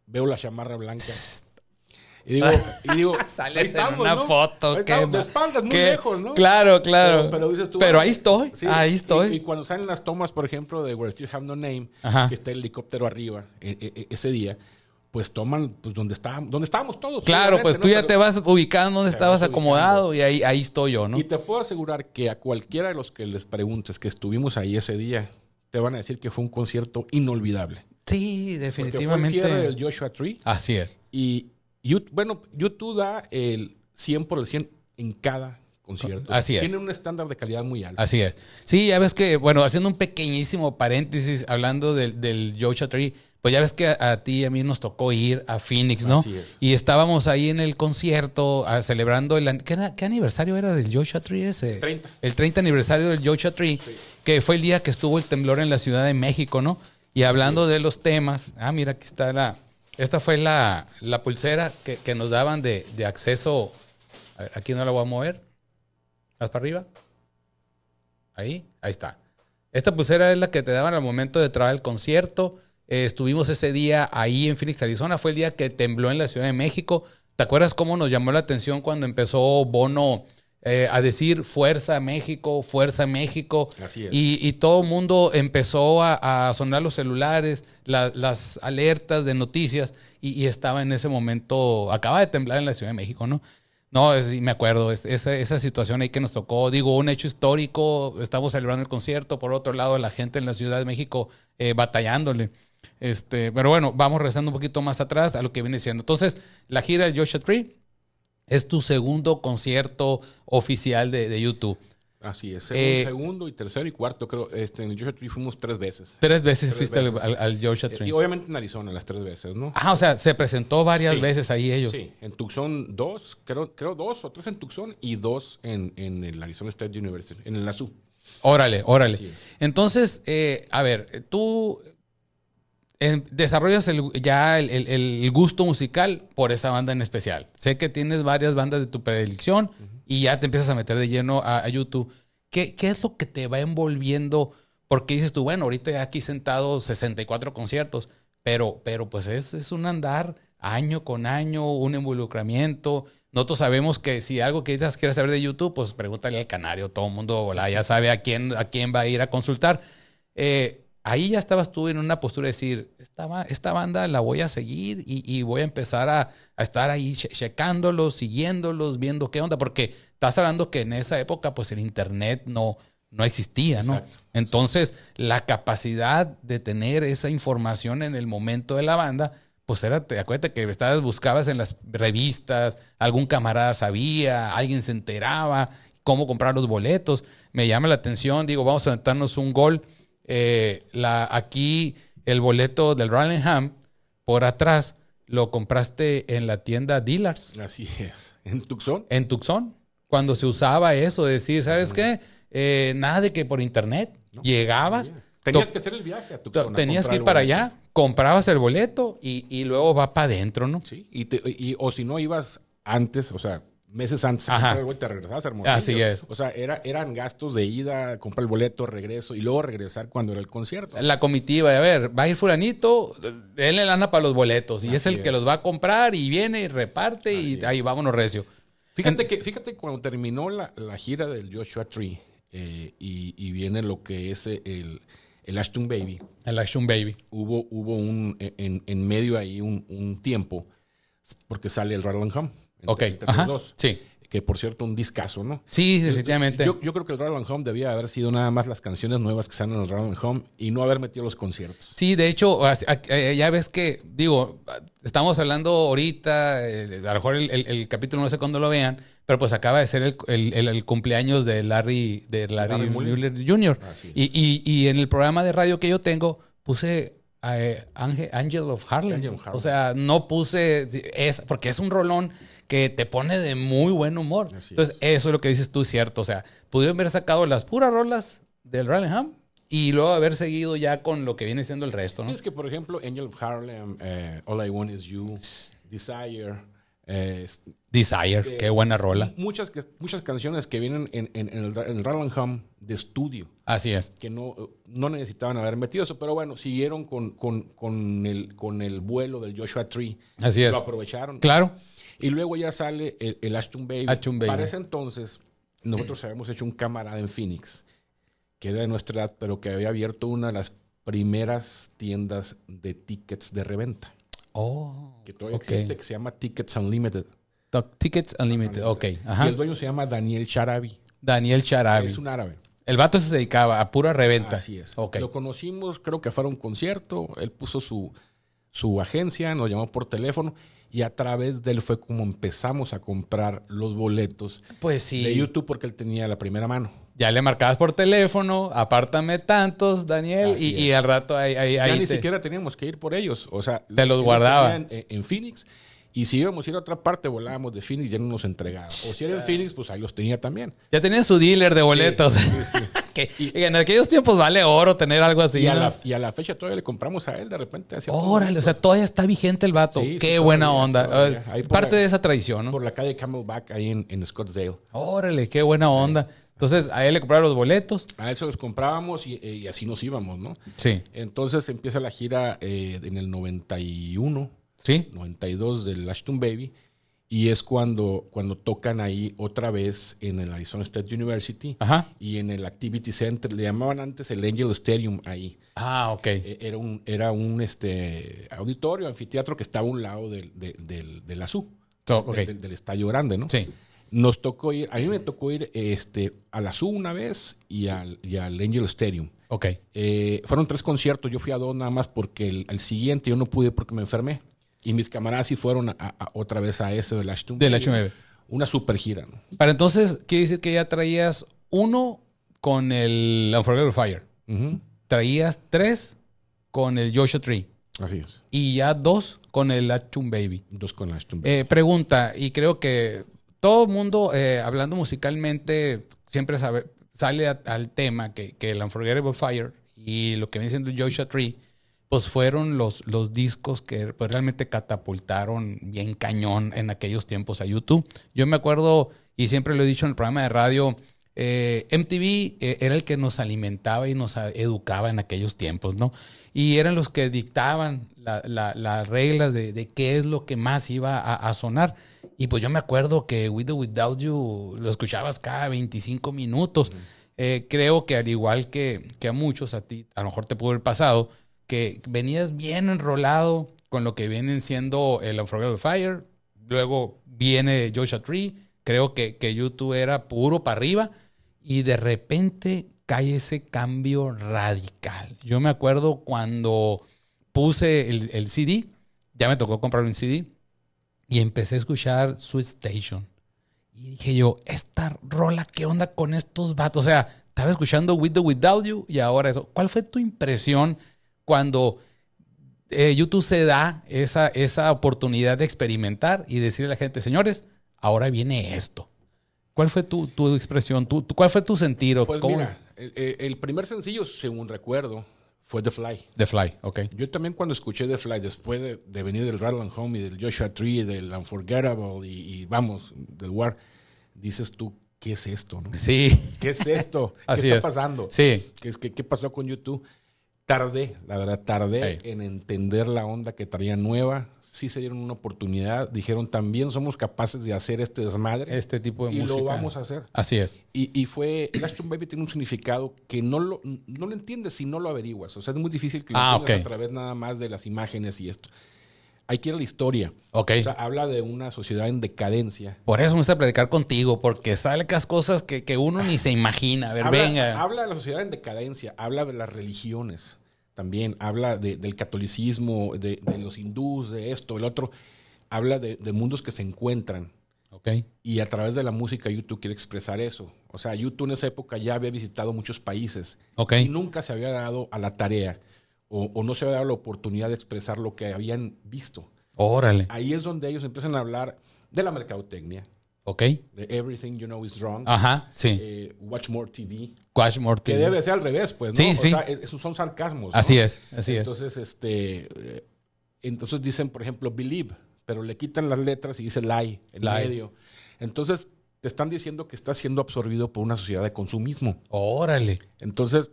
B: veo la chamarra blanca. Y digo, y digo
A: Sales
B: ahí
A: en
B: estamos,
A: una
B: ¿no?
A: foto,
B: Ahí
A: qué
B: estamos, de
A: ma-
B: espaldas, muy
A: qué-
B: lejos, ¿no?
A: Claro, claro.
B: Pero, pero dices tú,
A: Pero
B: ah,
A: ahí estoy.
B: sí.
A: Ahí estoy. Ah.
B: Y, y cuando salen las tomas, por ejemplo, de Where Still Have No Name,
A: Ajá.
B: que está el helicóptero arriba e- e- e- ese día, pues toman pues, donde, estábamos, donde estábamos todos.
A: Claro,
B: obviamente,
A: pues
B: ¿no?
A: tú ya
B: Pero-
A: te vas ubicando donde
B: Te
A: estabas
B: vas ubicando.
A: acomodado y ahí, ahí estoy yo, ¿no?
B: Y te puedo asegurar que a cualquiera de los que les preguntes que estuvimos ahí ese día, te van a decir que fue un concierto inolvidable.
A: Sí,
B: Porque fue el cierre
A: definitivamente.
B: del Joshua Tree
A: Así es.
B: y, Yu- bueno, YouTube da el 100 por el 100 en cada concierto.
A: Así es.
B: Tienen un estándar de calidad muy alto.
A: Así es. Sí, ya ves que, bueno, haciendo un pequeñísimo paréntesis, hablando del, del Joshua Tree, pues ya ves que a, a ti y a mí nos tocó ir a Phoenix, ¿no?
B: Así es.
A: Y estábamos ahí en el concierto ah, celebrando el... an- ¿qué, era- qué aniversario era del Joshua Tree ese?
B: 30.
A: El 30 aniversario del Joshua Tree, que fue el día que estuvo el temblor en la Ciudad de México, ¿no? Y hablando de los temas, ah, mira, aquí está la... Esta fue la, la pulsera que, que nos daban de, de acceso... A ver, aquí no la voy a mover. Más para arriba. Ahí, ahí está. Esta pulsera es la que te daban al momento de entrar al concierto. Eh, estuvimos ese día ahí en Phoenix, Arizona. Fue el día que tembló en la Ciudad de México. ¿Te acuerdas cómo nos llamó la atención cuando empezó Bono eh, a decir Fuerza México, Fuerza México?
B: Así es.
A: Y, y todo el mundo empezó a, a sonar los celulares, la- las alertas de noticias. Y, y estaba en ese momento, acaba de temblar en la Ciudad de México, ¿no? No, es- y me acuerdo, es- esa, esa situación ahí que nos tocó, digo, un hecho histórico, estamos celebrando el concierto, por otro lado la gente en la Ciudad de México eh, batallándole. Este, pero bueno, vamos regresando un poquito más atrás a lo que viene siendo. Entonces, la gira de Joshua Tree es tu segundo concierto oficial de, de YouTube.
B: Así es.
A: Eh,
B: Segundo, segundo y tercero y cuarto, creo. Este, en el Joshua Tree fuimos tres veces.
A: Tres veces
B: Tres
A: fuiste al-
B: veces.
A: Al, al Joshua
B: Eh,
A: Tree.
B: y obviamente en Arizona las tres veces, ¿no?
A: ah, o sea, se presentó varias
B: Sí.
A: veces ahí ellos.
B: Sí, en Tucson dos, creo, creo dos o tres en Tucson y dos en, en el Arizona State University, en el ASU.
A: Órale, órale.
B: Así es.
A: Entonces, eh, a ver, tú eh, desarrollas el- ya el, el- el gusto musical por esa banda en especial. Sé que tienes varias bandas de tu predicción y ya te empiezas a meter de lleno a, a YouTube. ¿Qué, qué es lo que te va envolviendo? Porque dices tú, bueno, ahorita ya aquí sentado 64 conciertos, pero, pero pues es, es un andar año con año, un involucramiento. Nosotros sabemos que si algo que dices quieres saber de YouTube, pues pregúntale al canario, todo el mundo hola, ya sabe a quién, a quién va a ir a consultar. Eh, ahí ya estabas tú en una postura de decir, esta, ba- esta banda la voy a seguir y, y voy a empezar a, a estar ahí che- checándolos, siguiéndolos, viendo qué onda, porque estás hablando que en esa época pues el internet no, no existía, ¿no?
B: Exacto.
A: Entonces la capacidad de tener esa información en el momento de la banda, pues era, te acuérdate que estabas, buscabas en las revistas, algún camarada sabía, alguien se enteraba, cómo comprar los boletos. Me llama la atención, digo, vamos a aventarnos un gol. Eh, la, aquí el boleto del Rallingham por atrás Lo compraste en la tienda Dealers
B: Así es. En Tucson.
A: en Tucson, cuando se usaba eso, de decir, ¿sabes qué? Eh, nada de que por internet llegabas.
B: Tenías
A: to-
B: que hacer el viaje a
A: to-
B: Tucson. a
A: tenías
B: comprar
A: que ir
B: el
A: para
B: boleto.
A: allá, comprabas el boleto y, y luego va para adentro, ¿no?
B: Sí. Y te- y- o si no ibas antes, o sea, meses antes,
A: Ajá.
B: comprar el boleto, te regresabas a Hermosillo.
A: Así es.
B: O sea, era, eran gastos de ida, comprar el boleto, regreso y luego regresar cuando era el concierto.
A: La comitiva, a ver, va a ir fulanito, denle lana para los boletos y es
B: Así
A: el que
B: es.
A: los va a comprar y viene y reparte y
B: Así
A: ahí vámonos recio.
B: Fíjate que, fíjate cuando terminó la, la gira del Joshua Tree eh, y, y viene lo que es eh, el, el Ashton Baby,
A: El Action Baby.
B: hubo, hubo un, e, en, en medio ahí un, un tiempo, porque sale el Rattle and Hum. entre-
A: Ok.
B: entre los
A: Ajá.
B: dos,
A: Sí.
B: que por cierto, un discazo, ¿no?
A: Sí, definitivamente.
B: Yo, yo creo que el Rattle and Hum debía haber sido nada más las canciones nuevas que salen en el Rattle and Hum y no haber metido los conciertos.
A: Sí, de hecho, as- a- eh, ya ves que, digo, estamos hablando ahorita, eh, a lo mejor el, el- el capítulo no sé cuándo lo vean, pero pues acaba de ser el, el- el- el cumpleaños de Larry, de Larry,
B: Larry Mullen.
A: Mueller Jr.
B: Así es.
A: Y, y- y en el programa de radio que yo tengo, puse eh, Ange- Angel of Harlem.
B: Angel of Harlem.
A: O sea, no puse, es, porque es un rolón que te pone de muy buen humor.
B: Así
A: Entonces, eso es lo que dices tú, es cierto. O sea, pudieron haber sacado las puras rolas del Rallingham y luego haber seguido ya con lo que viene siendo el resto, ¿no?
B: Sí, es que, por ejemplo, Angel of Harlem, eh, All I Want Is You, Desire, eh,
A: Desire, qué buena rola.
B: muchas, que- muchas canciones que vienen en, en- en el, en el Rattle and Hum de estudio,
A: Así es.
B: que no, no necesitaban haber metido eso, pero bueno, siguieron con, con, con el, con el vuelo del Joshua Tree.
A: Así es.
B: Lo aprovecharon.
A: Claro.
B: Y luego ya sale el, el Ashton Baby.
A: Ashton Baby.
B: Para ese entonces, nosotros habíamos hecho un camarada en Phoenix, que era de nuestra edad, pero que había abierto una de las primeras tiendas de tickets de reventa,
A: Oh.
B: que todavía
A: ok.
B: existe, que se llama Tickets Unlimited.
A: Toc- Tickets Unlimited. Ok.
B: Y
A: Ajá.
B: el dueño se llama Daniel Charabi.
A: Daniel Charabi.
B: Es un árabe.
A: El vato se dedicaba a pura reventa.
B: Así es.
A: Ok.
B: Lo conocimos, creo que fue a un concierto. Él puso su, su agencia, nos llamó por teléfono y a través de él fue como empezamos a comprar los boletos
A: Pues
B: de
A: sí.
B: YouTube porque él tenía la primera mano.
A: Ya le marcabas por teléfono, apártame tantos, Daniel, y,
B: Así
A: y
B: es.
A: al rato ahí, ahí,
B: Ya
A: ahí
B: ni
A: te-
B: siquiera teníamos que ir por ellos. O sea,
A: Te los
B: ellos
A: guardaba.
B: tenían En, en Phoenix. Y si íbamos a ir a otra parte, volábamos de Phoenix, ya no nos entregaban. O si era en Phoenix, pues ahí los tenía también.
A: ya tenían su dealer de boletos. Que- y en aquellos tiempos vale oro tener algo así.
B: Y, a
A: ¿no?
B: la, y a la fecha todavía le compramos a él de repente. hacía todo.
A: Órale, o sea, todavía está vigente el vato.
B: Sí, sí,
A: Qué
B: todavía,
A: buena onda.
B: todavía.
A: Eh,
B: Ahí por
A: Parte
B: la-
A: de esa tradición, ¿no?
B: Por la calle Camelback, ahí en, en Scottsdale.
A: Órale, qué buena onda. Entonces, a él le compraron los boletos.
B: A eso los comprábamos y, eh, y así nos íbamos, ¿no?
A: Sí.
B: Entonces empieza la gira eh, en el 91,
A: Sí.
B: 92 del Ashton Baby. Y es cuando, cuando tocan ahí otra vez en el Arizona State University.
A: Ajá.
B: y en el Activity Center, le llamaban antes el Angel Stadium ahí.
A: Ah, ok.
B: E- Era un, era un este, auditorio, anfiteatro que estaba a un lado del, de, del, del ASU,
A: To- Oh, ok.
B: del, del estadio grande, ¿no?
A: Sí.
B: Nos tocó ir, a mí me tocó ir este, al ASU una vez y al, y al Angel Stadium.
A: Ok.
B: Eh, fueron tres conciertos, yo fui a dos nada más porque el, al siguiente yo no pude porque me enfermé. Y mis camaradas sí fueron a- a- a- otra vez a ese del Ashton.
A: Del
B: Baby.
A: H9.
B: Una super gira, ¿no?
A: Para entonces, quiere decir que ya traías uno con el Unforgettable Fire.
B: Ujú.
A: Traías tres con el Joshua Tree.
B: Así es.
A: Y ya dos con el Achum Baby.
B: Dos con el Ashton. Baby.
A: Eh, pregunta, y creo que todo mundo, eh, hablando musicalmente, siempre sabe- sale a- al tema que, que el Unforgettable Fire y lo que viene siendo Joshua Tree, pues fueron los, los discos que pues, realmente catapultaron bien cañón en aquellos tiempos a YouTube. Yo me acuerdo, y siempre lo he dicho en el programa de radio, eh, MTV eh, era el que nos alimentaba y nos a- educaba en aquellos tiempos, ¿no? Y eran los que dictaban la- la- las reglas de, de qué es lo que más iba a, a sonar. Y pues yo me acuerdo que With or Without You lo escuchabas cada 25 minutos. Eh, creo que al igual que, que a muchos, a ti a lo mejor te pudo haber pasado, que venías bien enrolado con lo que vienen siendo el Unforgettable Fire, luego viene Joshua Tree, creo que, que YouTube era puro para arriba, y de repente cae ese cambio radical. Yo me acuerdo cuando puse el, el CD, ya me tocó comprar un CD, y empecé a escuchar Sweet Station. Y dije yo, esta rola, ¿qué onda con estos vatos? O sea, estaba escuchando With the Without You y ahora eso. ¿Cuál fue tu impresión cuando eh, YouTube se da esa, esa oportunidad de experimentar y decirle a la gente, señores, ahora viene esto. ¿Cuál fue tu, tu expresión? ¿Tu, tu- cuál fue tu sentir? ¿O
B: Pues
A: cómo
B: mira,
A: es?
B: el, el- el primer sencillo, según recuerdo, fue The Fly.
A: The Fly, ok.
B: Yo también cuando escuché The Fly, después de, de venir del Rattle and Home y del Joshua Tree, del Unforgettable y, y vamos, del War, dices tú, ¿qué es esto? no?
A: Sí,
B: ¿Qué es esto? ¿Qué
A: Así
B: está
A: es.
B: pasando?
A: sí,
B: ¿Qué, es- qué- qué pasó con YouTube? Tardé, la verdad, tardé
A: Ey.
B: en entender la onda que traía nueva. Sí se dieron una oportunidad. Dijeron, también somos capaces de hacer este desmadre.
A: este tipo de
B: y
A: música.
B: lo vamos a hacer.
A: Así es.
B: Y, y fue, el Ashton Baby tiene un significado que no lo, no lo entiendes si no lo averiguas. O sea, es muy difícil que lo
A: Ah,
B: entiendas
A: ok.
B: a través nada más de las imágenes y esto. Hay que ir a la historia.
A: Ok.
B: O sea, habla de una sociedad en decadencia.
A: Por eso me gusta platicar contigo, porque salgas cosas que, que uno ni se imagina. A ver,
B: habla,
A: venga.
B: habla de la sociedad en decadencia, habla de las religiones también, habla de- del catolicismo, de, de los hindús, de esto, el otro. Habla de, de mundos que se encuentran.
A: Ok.
B: Y a través de la música, YouTube quiere expresar eso. O sea, YouTube en esa época ya había visitado muchos países.
A: Ok.
B: y nunca se había dado a la tarea o, o no se había dado la oportunidad de expresar lo que habían visto.
A: Órale.
B: Ahí es donde ellos empiezan a hablar de la mercadotecnia,
A: Ok.
B: de Everything You Know Is Wrong,
A: Ajá, sí.
B: eh, Watch More TV,
A: Quash Morty.
B: que debe ser al revés, pues, ¿no?
A: Sí,
B: O
A: sí.
B: sea, es- son sarcasmos.
A: Así
B: ¿no?
A: es, así es.
B: Entonces, este, eh, entonces dicen, por ejemplo, believe, pero le quitan las letras y dice lie en
A: Lie.
B: medio. Entonces, te están diciendo que estás siendo absorbido por una sociedad de consumismo.
A: Órale.
B: Entonces,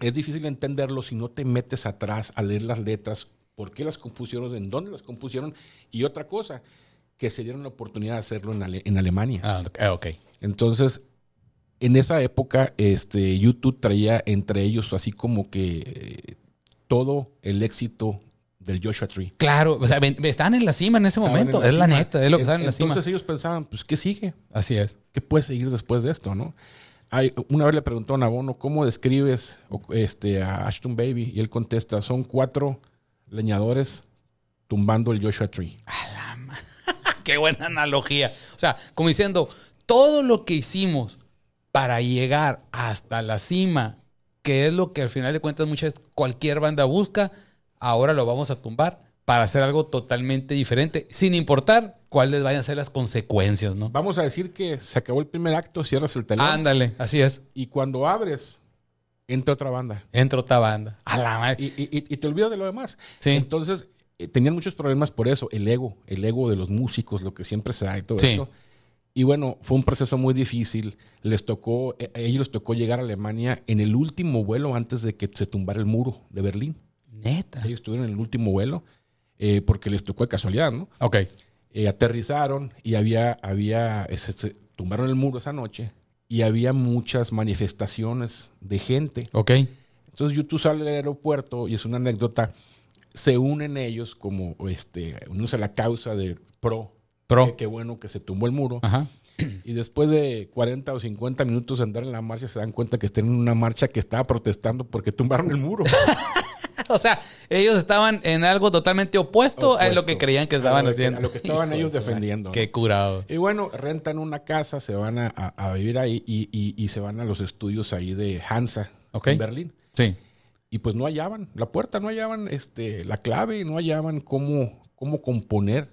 B: es difícil entenderlo si no te metes atrás a leer las letras, por qué las compusieron, en dónde las compusieron y otra cosa, que se dieron la oportunidad de hacerlo en, Ale- en Alemania.
A: Ah, eh, ok.
B: Entonces, en esa época, este, YouTube traía entre ellos así como que eh, todo el éxito del Joshua Tree.
A: Claro, o sea, ven- están en la cima en ese
B: Estaban en
A: momento. es la
B: cima.
A: neta, es lo que están en la cima.
B: Entonces ellos pensaban, pues, ¿qué sigue?
A: Así es.
B: ¿qué puede seguir después de esto, no? Hay- una vez le preguntó a Nabono, ¿cómo describes o- este, a Ashton Baby? Y él contesta, son cuatro leñadores tumbando el Joshua Tree.
A: Qué buena analogía. O sea, como diciendo, todo lo que hicimos para llegar hasta la cima, que es lo que al final de cuentas muchas cualquier banda busca, ahora lo vamos a tumbar para hacer algo totalmente diferente, sin importar cuáles vayan a ser las consecuencias, ¿no?
B: Vamos a decir que se acabó el primer acto, cierras el telón
A: Ándale, así es.
B: y cuando abres, entra otra banda.
A: Entra otra banda. A la madre.
B: Y, y- y- y te olvidas de lo demás.
A: Sí.
B: Entonces, eh, tenían muchos problemas por eso, el ego, el ego de los músicos, lo que siempre se da y todo
A: Sí.
B: esto. Y bueno, fue un proceso muy difícil. Les tocó, eh, a ellos les tocó llegar a Alemania en el último vuelo antes de que se tumbara el muro de Berlín.
A: Neta.
B: Ellos estuvieron en el último vuelo eh, porque les tocó de casualidad, ¿no?
A: Ok.
B: Eh, aterrizaron y había, había, eh, se- se tumbaron el muro esa noche y había muchas manifestaciones de gente.
A: Ok.
B: Entonces YouTube sale del aeropuerto y es una anécdota. Se unen ellos como este, unirse a la causa de pro.
A: Pro.
B: que Qué bueno que se tumbó el muro.
A: Ajá.
B: Y después de 40 o 50 minutos de andar en la marcha, se dan cuenta que están en una marcha que estaba protestando porque tumbaron el muro.
A: O sea, ellos estaban en algo totalmente opuesto, a lo que
B: Opuesto.
A: creían que
B: A
A: estaban
B: lo que-
A: haciendo.
B: a lo que estaban ellos
A: de su madre.
B: defendiendo, ¿no?
A: Qué curado.
B: y bueno, rentan una casa, se van a, a- a vivir ahí y, y- y se van a los estudios ahí de Hansa,
A: Ok.
B: en Berlín.
A: Sí.
B: y pues no hallaban la puerta, no hallaban este, la clave, no hallaban cómo, cómo componer.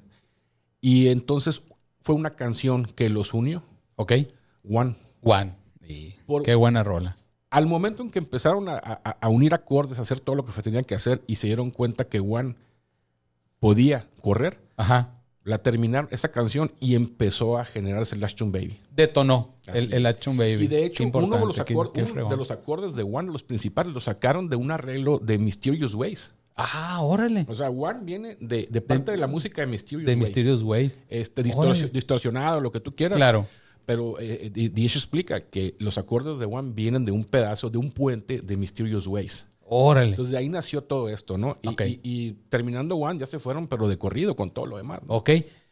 B: Y entonces fue una canción que los unió,
A: Ok.
B: One.
A: Juan. Y
B: Por-
A: qué buena rola.
B: Al momento en que empezaron a, a- a unir acordes, a hacer todo lo que se tenían que hacer y se dieron cuenta que One podía correr,
A: Ajá.
B: la terminaron esa canción y empezó a generarse el Ashton Baby.
A: Detonó
B: Así
A: el, el Action Baby.
B: Y de hecho,
A: Qué
B: uno de los,
A: importante, qué-
B: acor-
A: qué
B: uno
A: fregón.
B: de los acordes de One, los principales, los sacaron de un arreglo de Mysterious Ways.
A: Ah, órale.
B: O sea, One viene de, de parte de, la música de Mysterious
A: De
B: Ways.
A: Mysterious Ways.
B: este, distorsi-
A: Órale.
B: distorsionado, lo que tú quieras.
A: Claro.
B: Pero eh, eh, D- Dish explica que los acordes de One vienen de un pedazo, de un puente de Mysterious Ways.
A: Órale.
B: Entonces de ahí nació todo esto, ¿no? Y,
A: Ok.
B: y- y terminando One ya se fueron, pero de corrido con todo lo demás. ¿no?
A: Ok.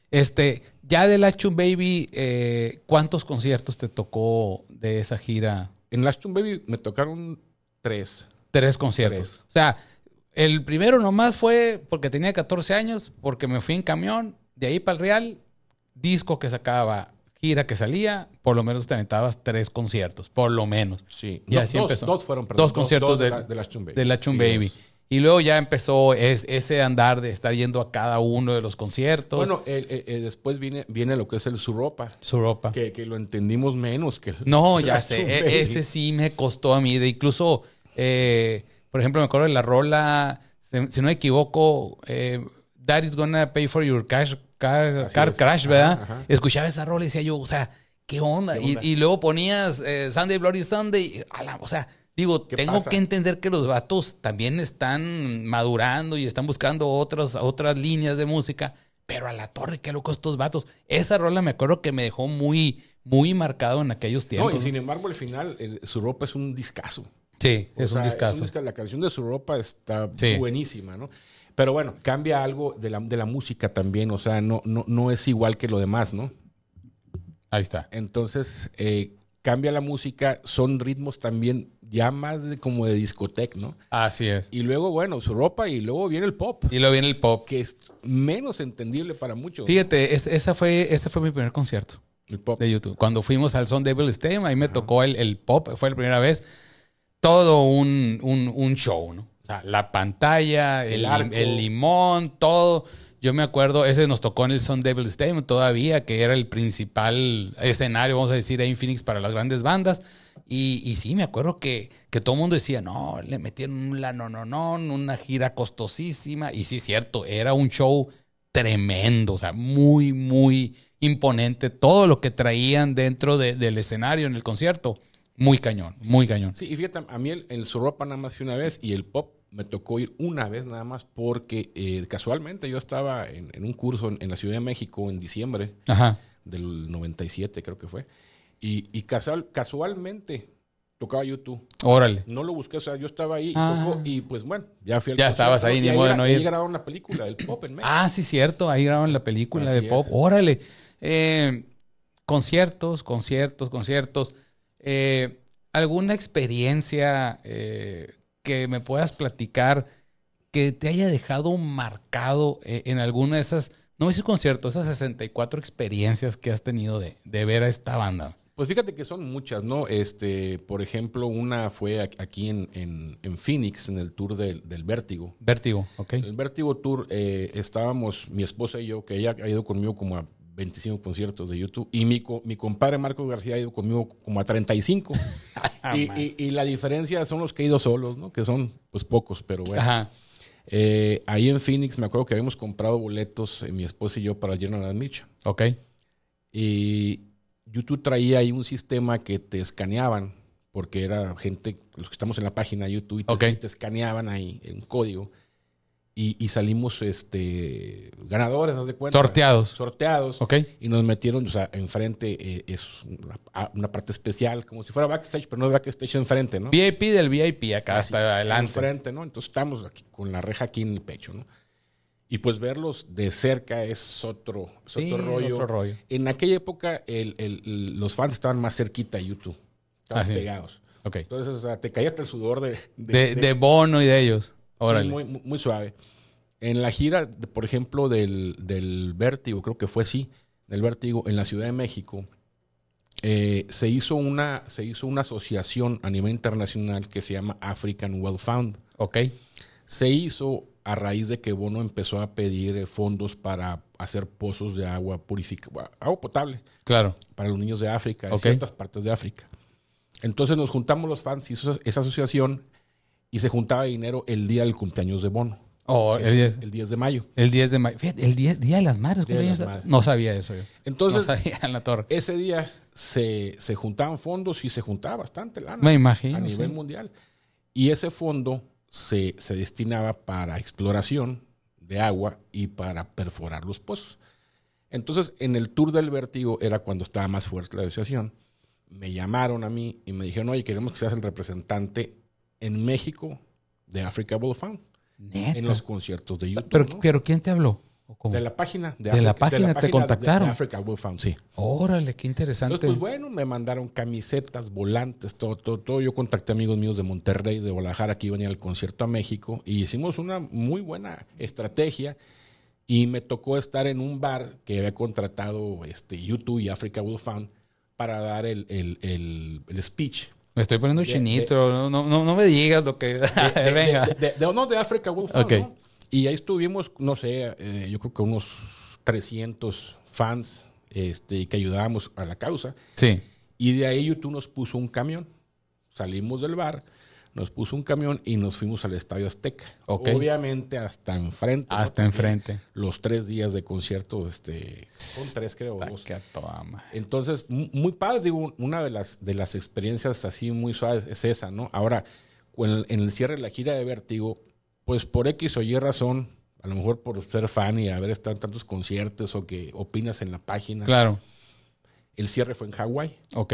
A: Este, ya del Action Baby, eh, ¿cuántos conciertos te tocó de esa gira?
B: En Last Tune Baby me tocaron tres.
A: Tres conciertos.
B: Tres.
A: O sea, el primero nomás fue porque tenía 14 años, porque me fui en camión, de ahí para el Real, disco que sacaba, gira que salía, por lo menos te aventabas tres conciertos, por lo menos.
B: Sí.
A: Y así
B: dos,
A: empezó.
B: dos fueron, perdón.
A: Dos conciertos
B: de,
A: del-
B: la, de Last Tune Baby.
A: de la Chum
B: Sí,
A: Baby.
B: dos.
A: Y luego ya empezó es- ese andar de estar yendo a cada uno de los conciertos,
B: Bueno, el- el- el- después viene, viene lo que es el su ropa,
A: su ropa.
B: que, que lo entendimos menos que el-
A: Ah. No,
B: que
A: ya
B: la
A: sé.
B: Zoom
A: E-
B: Baby.
A: ese sí me costó a mí. De incluso, eh, por ejemplo, me acuerdo de la rola, se- si no me equivoco, eh, That is gonna pay for your cash, car,
B: Así
A: car
B: es.
A: crash, ¿verdad?
B: Ajá, ajá.
A: Escuchaba esa rola y decía yo, o sea, ¿qué onda?
B: ¿Qué
A: Y-
B: onda?
A: Y, luego ponías eh, Sunday Bloody Sunday. y, ala, o sea, digo,
B: ¿Qué
A: tengo
B: pasa?
A: que entender que los vatos también están madurando y están buscando otras, otras líneas de música. Pero a la torre, qué loco estos vatos. Esa rola me acuerdo que me dejó muy, muy marcado en aquellos
B: No,
A: tiempos.
B: y sin embargo, al final, el- su ropa es un discazo.
A: Sí,
B: O
A: es
B: sea,
A: un discazo.
B: disca- La canción de su ropa está
A: Sí.
B: buenísima, ¿no? Pero bueno, cambia algo de la, de la música también, o sea, no, no, no es igual que lo demás, ¿no?
A: Ahí está.
B: Entonces, eh, cambia la música, son ritmos también ya más de, como de discoteca, ¿no?
A: Así es.
B: Y luego, bueno, su ropa y luego viene el pop,
A: Y luego viene el pop.
B: que es menos entendible para muchos.
A: Fíjate, es- esa fue, ese fue mi primer concierto
B: El pop.
A: de YouTube. Cuando fuimos al Son Devil Stadium, ahí me tocó el, el pop, fue la primera vez. Todo un, un- un show, ¿no? O sea, la pantalla,
B: El
A: el,
B: arco.
A: el limón, todo. Yo me acuerdo, ese nos tocó en el Son Devil Stadium todavía, que era el principal escenario, vamos a decir, ahí en Phoenix para las grandes bandas. Y, y sí, me acuerdo que, que todo el mundo decía, no, le metieron la no, no, no, una gira costosísima. Y sí, cierto, era un show tremendo, o sea, muy, muy imponente. Todo lo que traían dentro de- del escenario en el concierto, muy cañón, muy cañón.
B: Sí, y fíjate, a mí el, el su ropa nada más fui una vez y el pop me tocó ir una vez nada más porque eh, casualmente yo estaba en, en un curso en, en la Ciudad de México en diciembre
A: Ajá.
B: del 97 creo que fue y, y casual, casualmente tocaba YouTube.
A: Órale.
B: No lo busqué, o sea, yo estaba ahí
A: Ah.
B: tocó, y pues bueno, ya fui al
A: Ya estabas ahí,
B: y
A: ni modo de
B: gra-
A: no
B: ahí
A: ir.
B: grabaron la película del pop en México.
A: Ah, sí, cierto. Ahí graban la película
B: Así
A: de Pop.
B: es.
A: Órale. Eh, conciertos, conciertos, conciertos. Eh, ¿Alguna experiencia eh, que me puedas platicar que te haya dejado marcado eh, en alguna de esas, no ese concierto, esas 64 experiencias que has tenido de, de ver a esta banda?
B: Pues fíjate que son muchas, ¿no? Este, por ejemplo, una fue ac- aquí en, en- en Phoenix, en el tour del, del Vértigo.
A: Vértigo, ¿ok?
B: El Vertigo Tour eh, estábamos, mi esposa y yo, que ella ha ido conmigo como a 25 conciertos de YouTube, y mi, co- mi compadre Marcos García ha ido conmigo como a 35. y, y- y la diferencia son los que he ido solos, ¿no? Que son pues pocos, pero bueno.
A: Ajá.
B: Eh, ahí en Phoenix me acuerdo que habíamos comprado boletos, eh, mi esposa y yo, para General Mitchell.
A: Ok.
B: Y YouTube traía ahí un sistema que te escaneaban, porque era gente, los que estamos en la página de YouTube, y te,
A: Ok.
B: y te escaneaban ahí en código. Y, y salimos este, ganadores, haz de cuenta.
A: Sorteados.
B: Sorteados.
A: Ok.
B: Y nos metieron, o sea, enfrente eh, es una, a- una parte especial, como si fuera backstage, pero no es backstage enfrente, ¿no? Ah,
A: VIP del VIP, acá
B: Así,
A: hasta adelante.
B: Enfrente, ¿no? Entonces estamos aquí con la reja aquí en el pecho, ¿no? Y pues verlos de cerca es otro, es
A: Sí,
B: otro rollo.
A: Otro rollo.
B: En aquella época, el- el- el- los fans estaban más cerquita a YouTube. Estaban
A: Ah, sí.
B: pegados.
A: Ok.
B: Entonces, o sea, te caía hasta el sudor de...
A: De, de Bono y de ellos.
B: sí,
A: Órale.
B: muy, muy- muy suave. En la gira, de- por ejemplo, del, del Vértigo, creo que fue así, del Vértigo, en la Ciudad de México, eh, se, hizo una, se hizo una asociación a nivel internacional que se llama African Well Found.
A: Ok.
B: Se hizo a raíz de que Bono empezó a pedir eh, fondos para hacer pozos de agua purificada, agua potable
A: Claro.
B: para los niños de África, de
A: Ok.
B: ciertas partes de África. Entonces nos juntamos los fans, hizo esa- esa asociación y se juntaba dinero el día del cumpleaños de Bono,
A: Oh,
B: que
A: el,
B: es el,
A: 10,
B: el 10 de mayo.
A: el 10 de mayo. Fíjate, el 10 Día de las Madres.
B: Día de
A: cumpleaños.
B: las Madres.
A: No sabía eso yo.
B: Entonces, eh,
A: no sabía en la torre.
B: ese día se, se juntaban fondos y se juntaba bastante lana
A: Me imagino.
B: a nivel
A: sí.
B: mundial. Y ese fondo se, se destinaba para exploración de agua y para perforar los pozos. Entonces, en el tour del vértigo era cuando estaba más fuerte la asociación. Me llamaron a mí y me dijeron, oye, queremos que seas el representante en México de Africa Ball Found
A: Neta.
B: en los conciertos de YouTube.
A: pero,
B: ¿no?
A: pero ¿quién te habló? ¿O cómo?
B: de la página
A: De la
B: Africa-
A: página te
B: de- de
A: contactaron.
B: Africa Ball Found, sí.
A: Órale, qué interesante.
B: Entonces, pues bueno, me mandaron camisetas, volantes, todo, todo, todo. Yo contacté amigos míos de Monterrey, de Guadalajara, que iban a ir al concierto a México y hicimos una muy buena estrategia. Y me tocó estar en un bar que había contratado este, YouTube y Africa Will Found para dar el, el- el- el speech
A: Me estoy poniendo
B: De- de-
A: chinito. no, no, no me digas lo que.
B: de-
A: Eh, Venga.
B: de- de- de- no, de África Wolf.
A: Ok.
B: ¿no? Y ahí estuvimos, no sé, eh, yo creo que unos 300 fans este, que ayudábamos a la causa.
A: Sí.
B: Y de ahí YouTube nos puso un camión. Salimos del bar, nos puso un camión y nos fuimos al Estadio Azteca.
A: Ok.
B: Obviamente hasta enfrente. ¿no?
A: Hasta
B: También
A: enfrente.
B: Los tres días de concierto, este, son tres creo, o dos.
A: Saca toda madre.
B: Entonces, mu- muy padre, digo, una de las, de las experiencias así muy suaves es esa, ¿no? Ahora, cu- en el, en el cierre de la gira de Vértigo, pues por X o Y razón, a lo mejor por ser fan y haber estado en tantos conciertos o que opinas en la página,
A: Claro.
B: el cierre fue en Hawái.
A: Ok.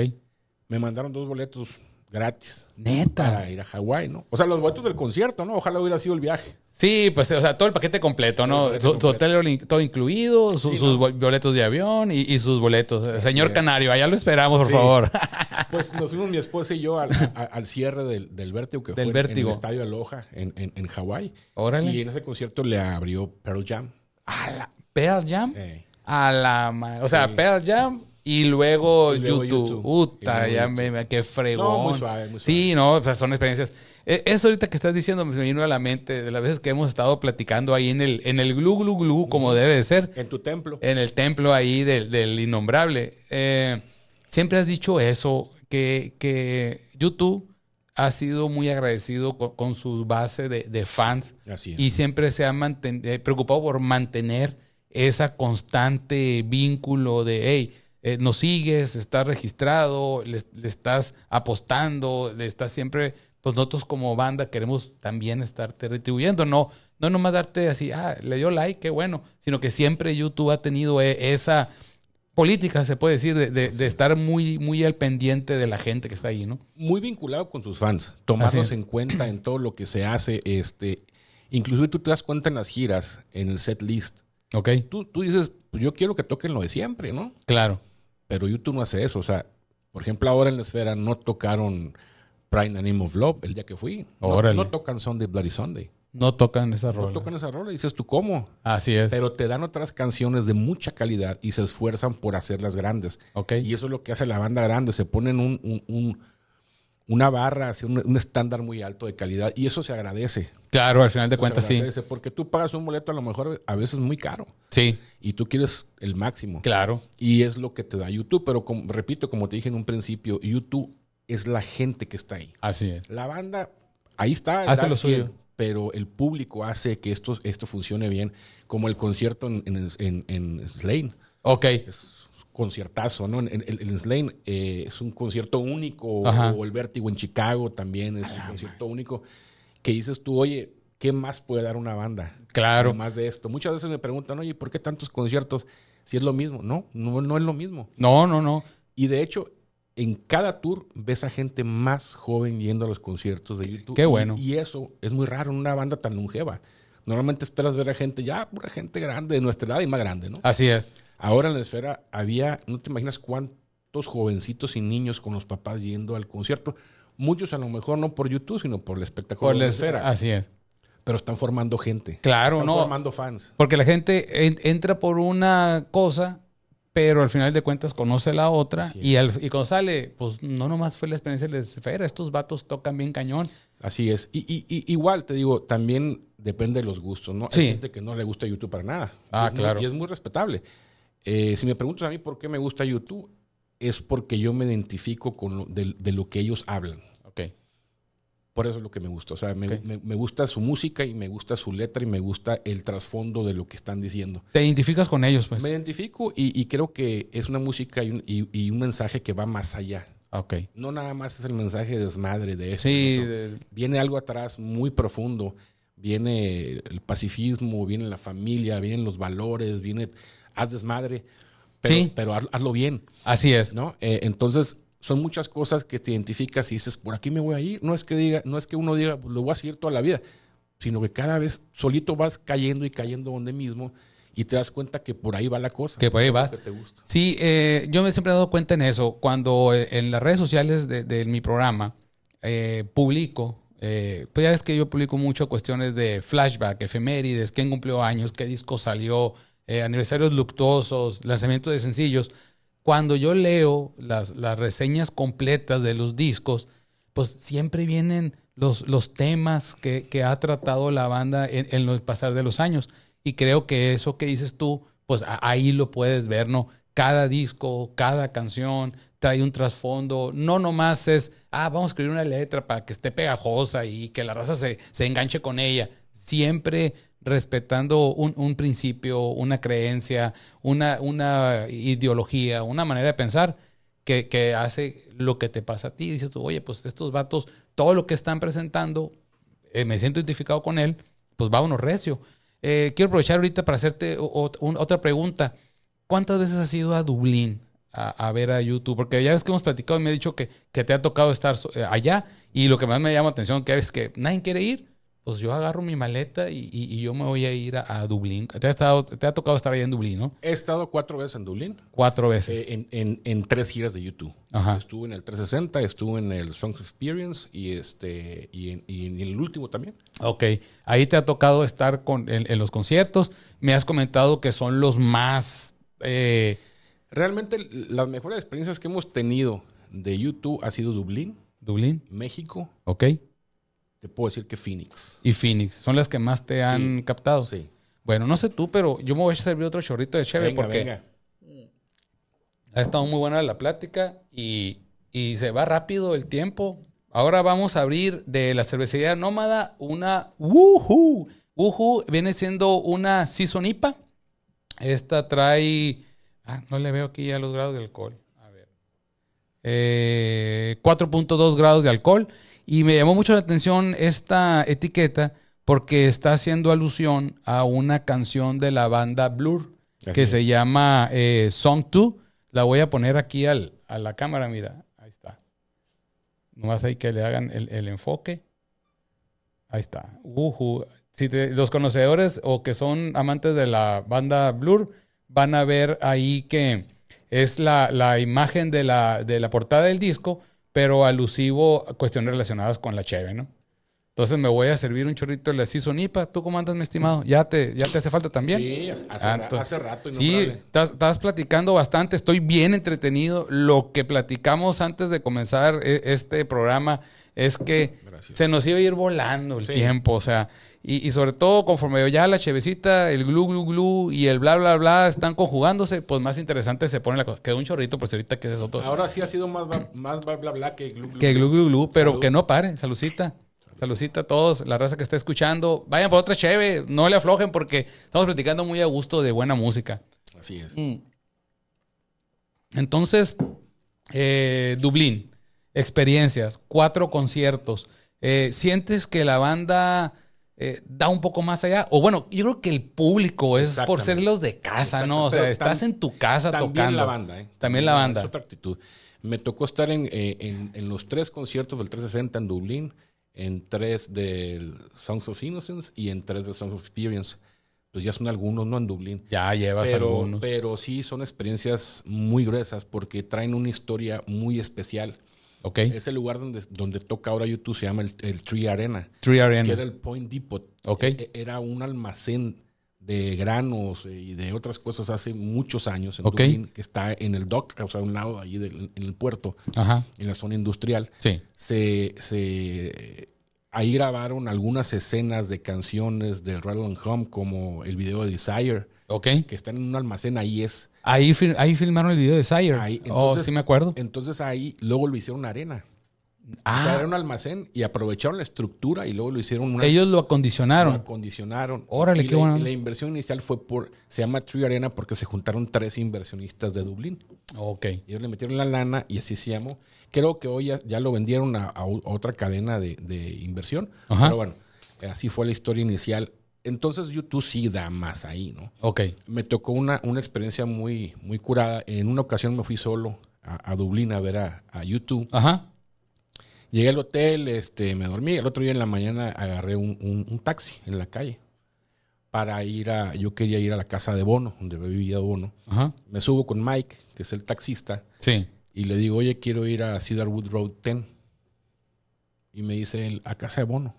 B: Me mandaron dos boletos gratis
A: Neta.
B: para ir a Hawái, ¿no? O sea, los boletos del concierto, ¿no? Ojalá hubiera sido el viaje.
A: Sí, pues, o sea, todo el paquete completo, ¿no?
B: Todo el paquete
A: Su, su
B: completo.
A: hotel all in- todo incluido, su-
B: Sí,
A: sus
B: ¿no?
A: bol- boletos de avión y, y sus boletos. Señor
B: es.
A: Canario, allá lo esperamos, por
B: Sí.
A: favor.
B: Pues nos fuimos mi esposa y yo al, a- al cierre del, del Vértigo, que
A: Del
B: fue en- en
A: Vértigo.
B: el Estadio Aloha, en, en, en Hawái.
A: Órale.
B: Y en ese concierto le abrió Pearl Jam.
A: A la Pearl Jam.
B: Eh,
A: A la ma- O sea, Pearl Jam y luego,
B: Y luego
A: YouTube.
B: YouTube.
A: Uta,
B: Y luego
A: ya
B: YouTube.
A: me, me- qué fregón.
B: No, muy suave, muy suave.
A: Sí, no, o sea, son experiencias. E- Eso ahorita que estás diciendo me vino a la mente de las veces que hemos estado platicando ahí en el, en el glu glu glu, como debe de ser,
B: en tu templo.
A: en el templo ahí del, del innombrable. Eh, siempre has dicho eso, que, que YouTube ha sido muy agradecido con, con su base de, de fans.
B: Así es.
A: Y siempre se ha manten- eh, preocupado por mantener esa constante vínculo de, hey, eh, nos sigues, estás registrado, le, le estás apostando, le estás siempre, pues nosotros como banda queremos también estarte retribuyendo, no, no nomás darte así, ah, le dio like, qué bueno, sino que siempre YouTube ha tenido eh, esa política, se puede decir, de, de- de estar muy, muy al pendiente de la gente que está ahí, ¿no?
B: Muy vinculado con sus fans.
A: Así
B: Tomarlos
A: es.
B: en cuenta en todo lo que se hace. Este, inclusive tú te das cuenta en las giras, en el set list.
A: Ok,
B: Tú, tú dices, pues yo quiero que toquen lo de siempre, ¿no?
A: claro.
B: Pero YouTube no hace eso. O sea, por ejemplo, ahora en la esfera no tocaron Pride in the Name of Love el día que fui. No,
A: Órale.
B: no tocan Sunday Bloody Sunday.
A: No tocan esa
B: No
A: rola.
B: tocan esa rola. Dices tú, ¿cómo?
A: Así es.
B: Pero te dan otras canciones de mucha calidad y se esfuerzan por hacerlas grandes.
A: Ok.
B: Y eso es lo que hace la banda grande. Se ponen un, un- un- una barra, así, un, un estándar muy alto de calidad. Y eso se agradece.
A: Claro, al final de
B: Eso
A: cuentas
B: se
A: sí.
B: agradece, Porque tú pagas un boleto a lo mejor a veces muy caro.
A: Sí,
B: Y tú quieres el máximo.
A: claro.
B: Y es lo que te da YouTube. Pero como- repito, como te dije en un principio, YouTube es la gente que está ahí.
A: Así es.
B: La banda, ahí está.
A: Hace
B: da
A: lo
B: el cien,
A: suyo.
B: Pero el público hace que esto, esto funcione bien. Como el concierto en, en, en- en Slane.
A: Ok.
B: Es un conciertazo, ¿no? En, en- en- en Slane eh, es un concierto único.
A: Ajá.
B: O el Vértigo en Chicago también es un concierto único. Que dices tú, oye, ¿qué más puede dar una banda?
A: Claro.
B: Además de esto. Muchas veces me preguntan, oye, ¿por qué tantos conciertos si es lo mismo? No, no, no es lo mismo.
A: No, no, no.
B: Y de hecho, en cada tour ves a gente más joven yendo a los conciertos de YouTube.
A: Qué bueno.
B: Y, y eso es muy raro en una banda tan longeva. Normalmente esperas ver a gente ya, pura gente grande, de nuestra edad y más grande, ¿no?
A: Así es.
B: Ahora en la esfera había, no te imaginas cuántos jovencitos y niños con los papás yendo al concierto. Muchos a lo mejor no por YouTube, sino por el espectáculo
A: Por
B: de la
A: la-
B: esfera.
A: Pues Así es.
B: Pero están formando gente.
A: Claro,
B: están
A: no.
B: formando fans.
A: Porque la gente en- entra por una cosa, pero al final de cuentas conoce la otra.
B: Así es.
A: Y, al, y cuando sale, pues no nomás fue la experiencia de la esfera. Estos vatos tocan bien cañón.
B: Así es. Y, y- y- igual te digo, también depende de los gustos, ¿no?
A: Sí.
B: Hay gente que no le gusta YouTube para nada.
A: Ah,
B: Y es muy-
A: claro.
B: y es muy respetable. Eh, si me preguntas a mí por qué me gusta YouTube, es porque yo me identifico con lo- de, de lo que ellos hablan.
A: Ok.
B: Por eso es lo que me gusta. O sea, me,
A: Ok.
B: me- me gusta su música y me gusta su letra y me gusta el trasfondo de lo que están diciendo.
A: Te identificas con ellos, pues.
B: Me identifico y, y creo que es una música y un, y- y un mensaje que va más allá.
A: Ok.
B: No nada más es el mensaje de desmadre de esto.
A: Sí,
B: ¿no?
A: de-
B: viene algo atrás muy profundo. Viene el pacifismo, viene la familia, vienen los valores, viene haz desmadre, pero,
A: Sí.
B: pero haz- hazlo bien,
A: así es.
B: ¿no? Eh, entonces, son muchas cosas que te identificas y dices, por aquí me voy a ir. No es que diga, no es que uno diga, "Pues, lo voy a seguir toda la vida, sino que cada vez solito vas cayendo y cayendo donde mismo y te das cuenta que por ahí va la cosa.
A: Que por ahí vas.
B: que te gusta.
A: Sí, eh, yo me siempre he dado cuenta en eso. Cuando eh, en las redes sociales de, de mi programa eh, publico, eh, pues ya ves que yo publico mucho cuestiones de flashback, efemérides, quién cumplió años, qué disco salió, eh, aniversarios luctuosos, lanzamientos de sencillos. Cuando yo leo las, las reseñas completas de los discos, pues siempre vienen los, los temas que, que ha tratado la banda en, en el pasar de los años. Y creo que eso que dices tú, pues a- ahí lo puedes ver, ¿no? Cada disco, cada canción trae un trasfondo. No nomás es, ah, vamos a escribir una letra para que esté pegajosa y que la raza se, se enganche con ella. Siempre respetando un, un principio, una creencia, una, una ideología, una manera de pensar que, que hace lo que te pasa a ti. Dices tú, oye, pues estos vatos, todo lo que están presentando eh, me siento identificado con él, pues vámonos recio. Eh, quiero aprovechar ahorita para hacerte o- o- un- otra pregunta. ¿Cuántas veces has ido a Dublín a, a ver a YouTube? Porque ya ves que hemos platicado y me ha dicho que, que te ha tocado estar so- eh, allá y lo que más me llama atención que es que nadie quiere ir. Pues yo agarro mi maleta y, y- y yo me voy a ir a, a Dublín. Te ha, estado- te ha tocado estar allá en Dublín, ¿no?
B: He estado cuatro veces en Dublín,
A: Cuatro veces.
B: eh, en, en- en tres giras de YouTube.
A: Ajá.
B: Estuve en el 360, estuve en el Songs Experience y, este, y, en, y en el último también.
A: Ok, ahí te ha tocado estar con, en, en los conciertos. Me has comentado que son los más... eh,
B: Realmente las mejores experiencias que hemos tenido de YouTube ha sido Dublín,
A: Dublín,
B: México,
A: ok.
B: te puedo decir que Phoenix.
A: Y Phoenix, son las que más te han captado.
B: Sí.
A: Bueno, no sé tú, pero yo me voy a servir otro chorrito de cheve
B: Venga,
A: porque
B: venga.
A: ha estado muy buena la plática y, y se va rápido el tiempo. Ahora vamos a abrir de la cervecería Nómada una Wuhu. Wuhu viene siendo una Season IPA. Esta trae. Ah, no le veo aquí ya los grados de alcohol. A ver. Eh, 4.2 grados de alcohol. Y me llamó mucho la atención esta etiqueta porque está haciendo alusión a una canción de la banda Blur
B: Así
A: que
B: es.
A: se llama eh, Song 2. La voy a poner aquí al, a la cámara, mira. Ahí está. Nomás hay que le hagan el, el enfoque. Ahí está. Ujú. Si te- los conocedores o que son amantes de la banda Blur van a ver ahí que es la, la imagen de la, de la portada del disco, pero alusivo a cuestiones relacionadas con la cheve, ¿no? Entonces me voy a servir un chorrito de la Season IPA. ¿Tú cómo andas, mi estimado? ¿Ya te, ya te hace falta también?
B: Sí, hace, hace
A: Ah,
B: ra-
A: entonces-
B: hace rato.
A: Sí,
B: innombrable.
A: estás, estás platicando bastante, estoy bien entretenido. Lo que platicamos antes de comenzar e- este programa es que
B: Gracias.
A: se nos iba a ir volando el
B: Sí.
A: tiempo, o sea, y, y sobre todo conforme ya la chevecita, el glu glu glu y el bla bla bla están conjugándose, pues más interesante se pone la cosa. Quedó un chorrito, por si ahorita que es otro.
B: Ahora sí ha sido más, ba- más bla, bla, bla que glu, glu.
A: Que glu, glu, glu, pero
B: Salud.
A: que no pare. Salucita. Salucita a todos, la raza que está escuchando. Vayan por otra cheve, no le aflojen porque estamos platicando muy a gusto de buena música.
B: Así es.
A: Entonces, eh, Dublín, experiencias, cuatro conciertos. Eh, ¿Sientes que la banda eh, da un poco más allá? O bueno, yo creo que el público es por
B: Exactamente.
A: ser los de casa, ¿no? O
B: Exacto, pero
A: sea, estás
B: tam-
A: en tu casa
B: También
A: tocando.
B: la banda, ¿eh?
A: También la banda.
B: Es otra actitud. Me tocó estar en, eh, en, en los tres conciertos del 360 en Dublín, en tres del Songs of Innocence y en tres del Songs of Experience. Pues ya son algunos, no en Dublín.
A: Ya llevas
B: Pero,
A: algunos.
B: pero sí son experiencias muy gruesas porque traen una historia muy especial.
A: ok.
B: Es el lugar donde, donde toca ahora YouTube, se llama el, el Tree Arena.
A: Three
B: que
A: Arena.
B: era el Point Depot.
A: Ok.
B: E- Era un almacén de granos eh, y de otras cosas hace muchos años en
A: Ok.
B: Dublín, que está en el dock, o sea, un lado ahí del- en el puerto,
A: Ajá.
B: en la zona industrial.
A: Sí.
B: Se, se- ahí grabaron algunas escenas de canciones de Rattle and Home, como el video de Desire,
A: Ok.
B: que están en un almacén, ahí es.
A: Ahí, fil- ahí filmaron el video de Sire.
B: Ahí,
A: oh,
B: entonces-
A: sí me acuerdo.
B: Entonces ahí luego lo hicieron arena. O sea,
A: ah,
B: era un almacén y aprovecharon la estructura y luego lo hicieron una
A: ellos lo
B: Lo
A: acondicionaron.
B: acondicionaron.
A: Órale,
B: Y
A: qué
B: la,
A: buena
B: y
A: onda.
B: la inversión inicial fue por. Se llama Tree Arena porque se juntaron tres inversionistas de Dublín.
A: Ok.
B: Ellos le metieron la lana y así se llamó. Creo que hoy ya, ya lo vendieron a, a u- a otra cadena de, de inversión.
A: Ajá.
B: Pero bueno, así fue la historia inicial. Entonces YouTube sí da más ahí, ¿no?
A: Ok.
B: Me tocó una, una experiencia muy, muy curada. En una ocasión me fui solo a, a Dublín a ver a, a YouTube.
A: Ajá.
B: Llegué al hotel, este, me dormí. El otro día en la mañana agarré un, un- un taxi en la calle para ir a. Yo quería ir a la casa de Bono, donde vivía Bono.
A: Ajá.
B: Me subo con Mike, que es el taxista,
A: Sí.
B: y le digo, oye, quiero ir a Cedarwood Road 10. Y me dice él, a casa de Bono.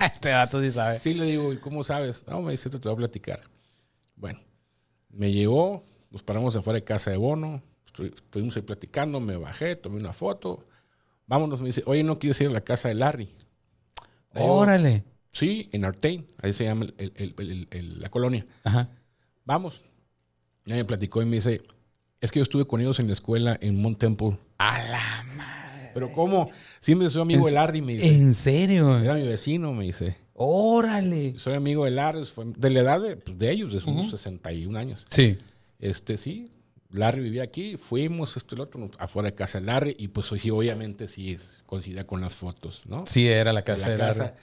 A: Este dato sí sabe.
B: Sí, le digo, ¿y cómo sabes? No, me dice, te voy a platicar. Bueno, me llegó, nos paramos afuera de casa de Bono, estu- estuvimos ahí platicando, me bajé, tomé una foto, vámonos, me dice, oye, no quieres ir a la casa de Larry. Le digo,
A: Órale.
B: Sí, en Artain, ahí se llama el- el- el- el- el- la colonia.
A: Ajá.
B: Vamos. Y me platicó y me dice, es que yo estuve con ellos en la escuela en Mount Temple.
A: A la madre.
B: Pero ¿cómo? Sí, me soy amigo de Larry, me dice.
A: ¿En serio?
B: Era mi vecino, me dice.
A: Órale.
B: Soy amigo de Larry, fue de la edad de, pues, de ellos, de sus 61 años.
A: Sí.
B: Este, sí, Larry vivía aquí, fuimos, esto y lo otro, nos- afuera de casa de Larry, y pues sí, obviamente sí, es- coincidía con las fotos, ¿no?
A: Sí, era la
B: De
A: casa de,
B: la
A: Larry.
B: casa.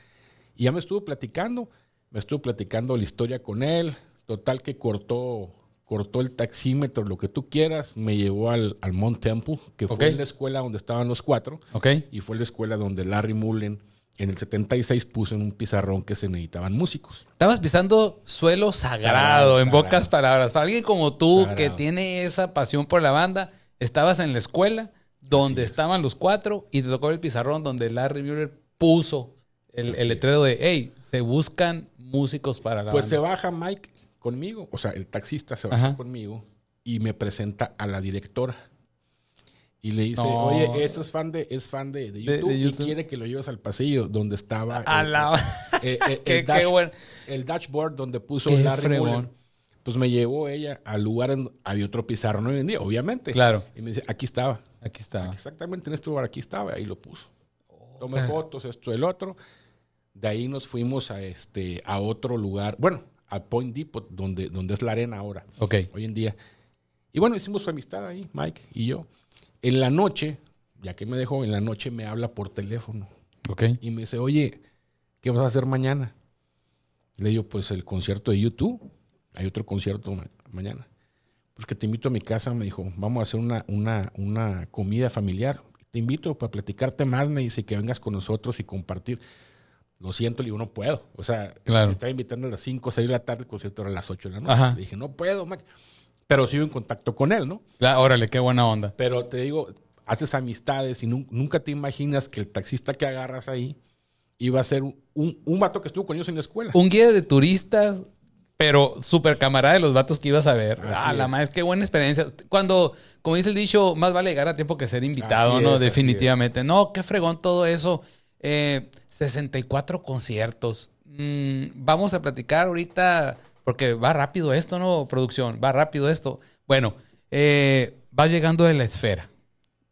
B: Y ya me estuvo platicando, me estuvo platicando la historia con él. Total que cortó, cortó el taxímetro, lo que tú quieras. Me llevó al, al Mount Temple, que
A: Ok.
B: fue la escuela donde estaban los cuatro.
A: ¿Ok?
B: Y fue la escuela donde Larry Mullen en el 76 puso en un pizarrón que se necesitaban músicos.
A: Estabas pisando suelo sagrado,
B: Sagrado,
A: en
B: sagrado.
A: pocas palabras. Para alguien como tú
B: Sagrado.
A: que tiene esa pasión por la banda, estabas en la escuela donde
B: Así es.
A: estaban los cuatro y te tocó el pizarrón donde Larry Mueller puso el,
B: Así
A: el letrero de, hey, se buscan músicos para la
B: Pues se
A: banda.
B: baja Mike conmigo, o sea, el taxista se baja
A: Ajá.
B: conmigo y me presenta a la directora. Y le dice,
A: No.
B: oye, eso es fan de, es fan de, de
A: de
B: YouTube,
A: YouTube.
B: y quiere que lo lleves al pasillo donde estaba
A: A
B: el-
A: la...
B: Eh, eh, el,
A: Qué- qué
B: dash-
A: bueno.
B: el dashboard donde puso
A: Qué
B: Larry
A: fregón.
B: Mullen, pues me llevó ella al lugar en había otro pizarrón hoy en día, obviamente.
A: Claro.
B: Y me dice, aquí estaba.
A: Aquí está.
B: Exactamente en este lugar, aquí estaba, ahí lo puso. Tomé fotos, esto, el otro. De ahí nos fuimos a este, a otro lugar, bueno, a Point Depot, donde, donde es la arena ahora,
A: Ok.
B: hoy en día. Y bueno, hicimos su amistad ahí, Mike y yo. En la noche, ya que me dejó, en la noche me habla por teléfono
A: Ok.
B: y me dice, oye, ¿qué vas a hacer mañana? Le digo, pues el concierto de YouTube. Hay otro concierto ma- mañana. Pues que te invito a mi casa, me dijo, vamos a hacer una, una, una comida familiar. Te invito para platicarte más, me dice, que vengas con nosotros y compartir. Lo siento, le digo, no puedo. O sea,
A: Claro.
B: me estaba invitando a las 5, 6 de la tarde, el concierto era a las 8 de la noche.
A: Ajá.
B: Le dije, no puedo, Mac. Pero sigo en contacto con él, ¿no?
A: La- órale, qué buena onda.
B: Pero te digo, haces amistades y nun- nunca te imaginas que el taxista que agarras ahí iba a ser un, un vato que estuvo con ellos en la escuela.
A: Un guía de turistas, pero súper camarada de los vatos que ibas a ver.
B: Así
A: ah, la
B: es.
A: madre, qué buena experiencia. Cuando, como dice el dicho, más vale llegar a tiempo que ser invitado,
B: Así
A: ¿no?
B: es, así
A: Definitivamente. No, qué fregón todo eso. Eh, 64 conciertos. Mm, vamos a platicar ahorita, porque va rápido esto, ¿no? Producción, va rápido esto. Bueno, eh, vas llegando de la esfera.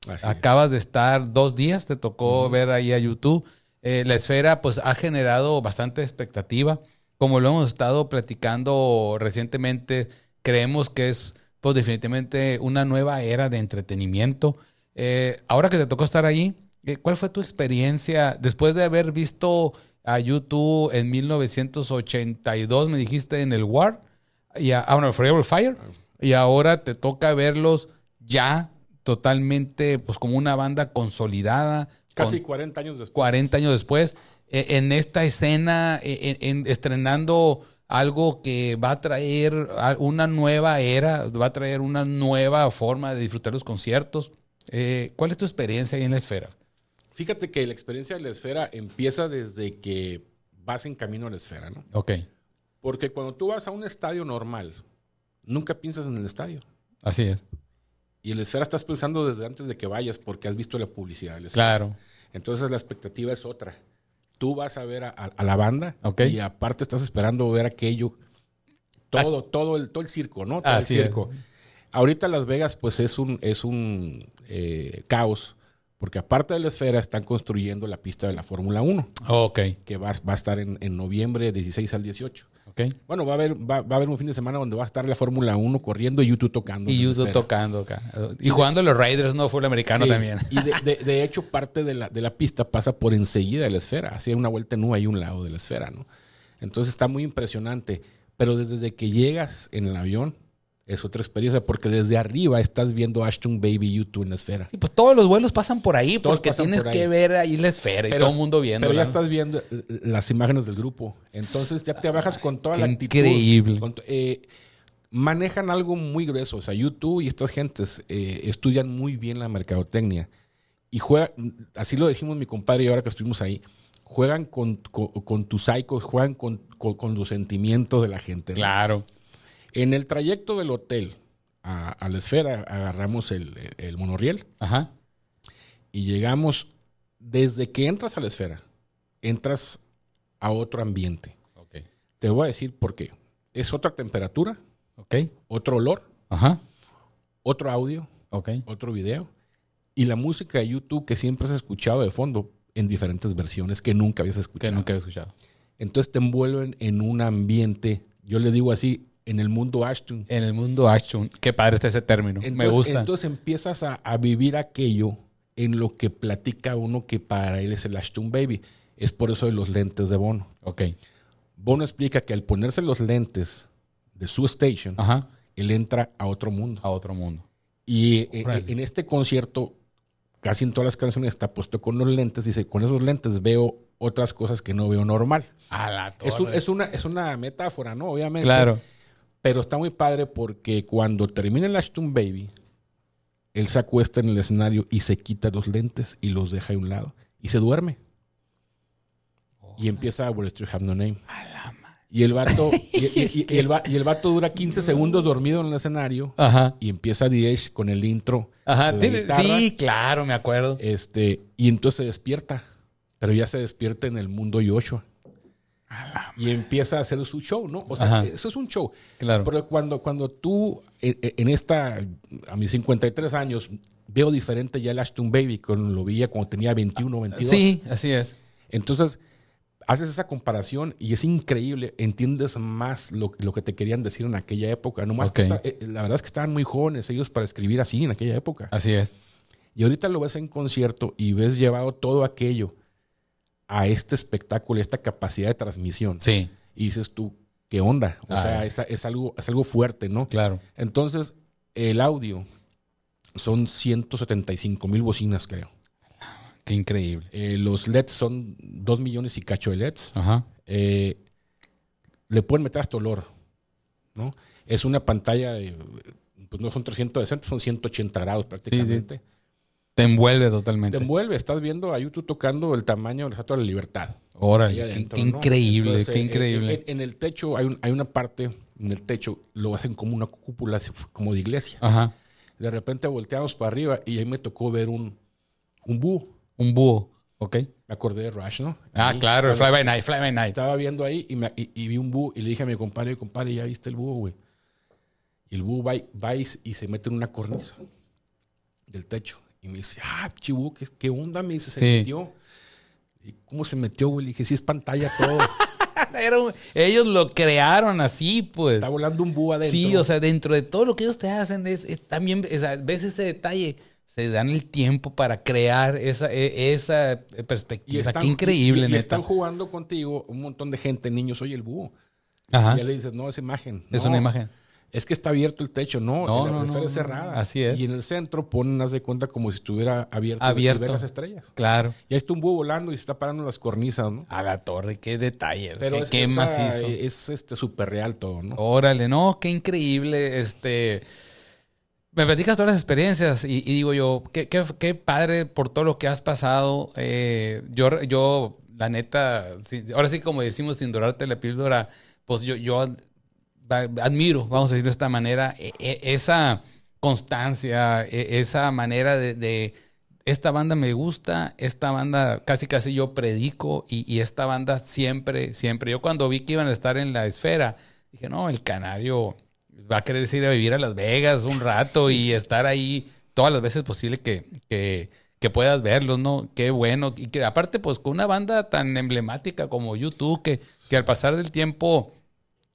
B: Así es.
A: Acabas de estar dos días, te tocó ver ahí a YouTube. Eh, la esfera pues ha generado bastante expectativa. Como lo hemos estado platicando recientemente, creemos que es pues definitivamente una nueva era de entretenimiento. Eh, ahora que te tocó estar ahí, eh, ¿cuál fue tu experiencia después de haber visto a YouTube en 1982, me dijiste, en el War? Y a, ah, bueno, Forever Fire. Y ahora te toca verlos ya totalmente, pues como una banda consolidada.
B: Casi
A: con
B: 40 años después.
A: 40 años después, eh, en esta escena, eh, en- en- estrenando algo que va a traer a- una nueva era, va a traer una nueva forma de disfrutar los conciertos. Eh, ¿Cuál es tu experiencia ahí en la esfera?
B: Fíjate que la experiencia de la esfera empieza desde que vas en camino a la esfera, ¿no?
A: Ok,
B: Porque cuando tú vas a un estadio normal, nunca piensas en el estadio.
A: así es.
B: Y en la esfera estás pensando desde antes de que vayas porque has visto la publicidad de la esfera.
A: Claro.
B: Entonces la expectativa es otra. Tú vas a ver a, a- a la banda
A: Ok.
B: y aparte estás esperando ver aquello, todo, todo el, todo el circo, ¿no? Todo
A: Ah. Así
B: el
A: es.
B: circo. Ahorita Las Vegas, pues es un, es un eh, caos, porque aparte de la esfera están construyendo la pista de la Fórmula 1,
A: Ok,
B: que va, va a estar en, en noviembre 16 al 18.
A: ok.
B: Bueno, va a haber, va, va a haber un fin de semana donde va a estar la Fórmula 1 corriendo y YouTube tocando. en
A: Y
B: la
A: Yudo
B: esfera.
A: tocando acá. Y jugando los Raiders, no fue el americano
B: Sí,
A: también.
B: Y de, de- de hecho, parte de la, de la pista pasa por enseguida de la esfera. Hacía una vuelta en U y un lado de la esfera, ¿no? Entonces está muy impresionante. Pero desde desde que llegas en el avión, es otra experiencia, porque desde arriba estás viendo Ashton Baby YouTube en la esfera.
A: Sí, pues todos los vuelos pasan por ahí
B: Todos
A: porque
B: pasan
A: tienes
B: por ahí.
A: que ver ahí la esfera y
B: Pero-
A: todo el mundo viendo.
B: Pero ya estás viendo eh, las imágenes del grupo. Entonces ya te bajas con toda
A: qué
B: la actitud.
A: increíble.
B: Con to- eh, manejan algo muy grueso. O sea, YouTube y estas gentes eh, estudian muy bien la mercadotecnia. Y juegan, así lo dijimos mi compadre y ahora que estuvimos ahí, juegan con, con, con tus psicos, juegan con, con- con los sentimientos de la gente. ¿no?
A: Claro.
B: En el trayecto del hotel a, a la esfera agarramos el, el monorriel
A: Ajá.
B: y llegamos desde que entras a la esfera, entras a otro ambiente.
A: Ok.
B: Te voy a decir por qué. Es otra temperatura,
A: Ok.
B: otro olor,
A: Ajá.
B: otro audio,
A: Ok.
B: otro video. Y la música de YouTube que siempre has escuchado de fondo en diferentes versiones que nunca habías
A: Que
B: escuchado.
A: nunca había escuchado.
B: Entonces te envuelven en un ambiente, yo le digo así, en el mundo Ashton.
A: En el mundo action. Qué padre está ese término. Me
B: Entonces-
A: gusta.
B: Entonces empiezas a, a vivir aquello en lo que platica uno que para él es el Ashton Baby. Es por eso de los lentes de Bono.
A: ok.
B: Bono explica que al ponerse los lentes de su station,
A: Ajá.
B: él entra a otro mundo.
A: A otro mundo.
B: Y eh,
A: Ah. Órale.
B: en este concierto, casi en todas las canciones está puesto con los lentes. Dice, con esos lentes veo otras cosas que no veo normal.
A: A la
B: Es, un- es una, es una metáfora, ¿no? Obviamente.
A: Claro.
B: Pero está muy padre porque cuando termina el Ashton Baby, él se acuesta en el escenario y se quita los lentes y los deja a un lado. Y se duerme. Y empieza a Wall Street Have No Name. Y el vato, y, y- y- y el, va- y el vato dura 15 segundos dormido en el escenario
A: Ajá.
B: y empieza Diez con el intro.
A: Ajá.
B: de la
A: Tiene-
B: guitarra.
A: sí, claro, me acuerdo.
B: Este, y entonces se despierta, pero ya se despierta en el mundo Yoshua. Y empieza a hacer su show, ¿no? O sea,
A: Ajá.
B: eso es un show.
A: Claro.
B: Pero cuando, cuando tú, en, en esta, a mis 53 años, veo diferente ya el Ashton Baby con lo veía cuando tenía 21, 22.
A: Ah, Sí, así es.
B: Entonces, haces esa comparación y es increíble. Entiendes más lo, lo que te querían decir en aquella época. No más que
A: Ok.
B: esta- eh, la verdad es que estaban muy jóvenes ellos para escribir así en aquella época.
A: Así es.
B: Y ahorita lo ves en concierto y ves llevado todo aquello a este espectáculo, esta capacidad de transmisión.
A: Sí,
B: Y dices tú, ¿qué onda? O
A: Ah.
B: sea, es, es algo, es algo fuerte, ¿no?
A: claro.
B: Entonces, el audio son 175 mil bocinas, creo.
A: Qué increíble.
B: Eh, los LEDs son 2 millones y cacho de LEDs.
A: Ajá.
B: Eh, le pueden meter hasta olor, ¿no? Es una pantalla, de, pues no son 360, son 180 grados prácticamente.
A: Te envuelve totalmente.
B: Te envuelve, estás viendo a YouTube tocando el tamaño del Estatua de la Libertad.
A: Órale,
B: Ahí
A: qué,
B: adentro,
A: qué
B: ¿no?
A: increíble,
B: Entonces,
A: qué
B: eh,
A: increíble.
B: En, en el techo hay, un- hay una parte, en el techo lo hacen como una cúpula, así, como de iglesia.
A: Ajá.
B: De repente volteamos para arriba y ahí me tocó ver un, un búho.
A: Un búho, ¿ok?
B: Me acordé de Rush, ¿no?
A: Ah,
B: Ahí,
A: claro, el
B: cuando
A: Fly by Night, Fly by Night.
B: Estaba viendo ahí y, me- y- y vi un búho y le dije a mi compadre, compadre, ¿ya viste el búho, güey? Y el búho va, y- va y, se- y se mete en una cornisa del techo. Y me dice, ah, chibu, ¿qué, qué onda? Me dice, se
A: Sí.
B: metió. ¿Y cómo se metió, güey? Le dije, sí, es pantalla todo.
A: Era un- ellos lo crearon así, pues.
B: Está volando un búho adentro.
A: Sí, o sea, dentro de todo lo que ellos te hacen, es, es también, o sea, ves ese detalle, se dan el tiempo para crear esa, e- esa perspectiva. qué increíble,
B: y- y
A: neta.
B: están jugando contigo un montón de gente, niños, oye el búho.
A: Ajá.
B: Y ya le dices, no, es imagen.
A: Ah. Es
B: No,
A: una imagen.
B: Es que está abierto el techo, no,
A: No,
B: la
A: no,
B: esfera
A: no,
B: es
A: no,
B: cerrada.
A: no. Así es.
B: Y en el centro ponen, haz de cuenta, como si estuviera abierto,
A: Abierto.
B: y ver las estrellas.
A: Claro.
B: Y ahí está un búho volando y se está parando en las cornisas, ¿no?
A: A la torre, qué detalle.
B: Pero
A: qué
B: es,
A: qué
B: o sea,
A: macizo. Oh.
B: es este súper real todo, ¿no?
A: Órale, no, qué increíble. Este. Me platicas todas las experiencias y, y digo yo, qué, qué- qué padre por todo lo que has pasado. Eh, yo, yo, la neta, sí, ahora sí, como decimos, sin dorarte la píldora, pues yo, yo va- admiro, vamos a decirlo de esta manera, e- e- esa constancia, e- esa manera de, de, esta banda me gusta, esta banda casi casi yo predico y, y esta banda siempre, siempre. Yo cuando vi que iban a estar en la esfera, dije, no, el canario va a querer ir a vivir a Las Vegas un rato y estar ahí todas las veces posible que, que, que puedas verlos, ¿no? Qué bueno. Y que aparte, pues con una banda tan emblemática como YouTube, que, que al pasar del tiempo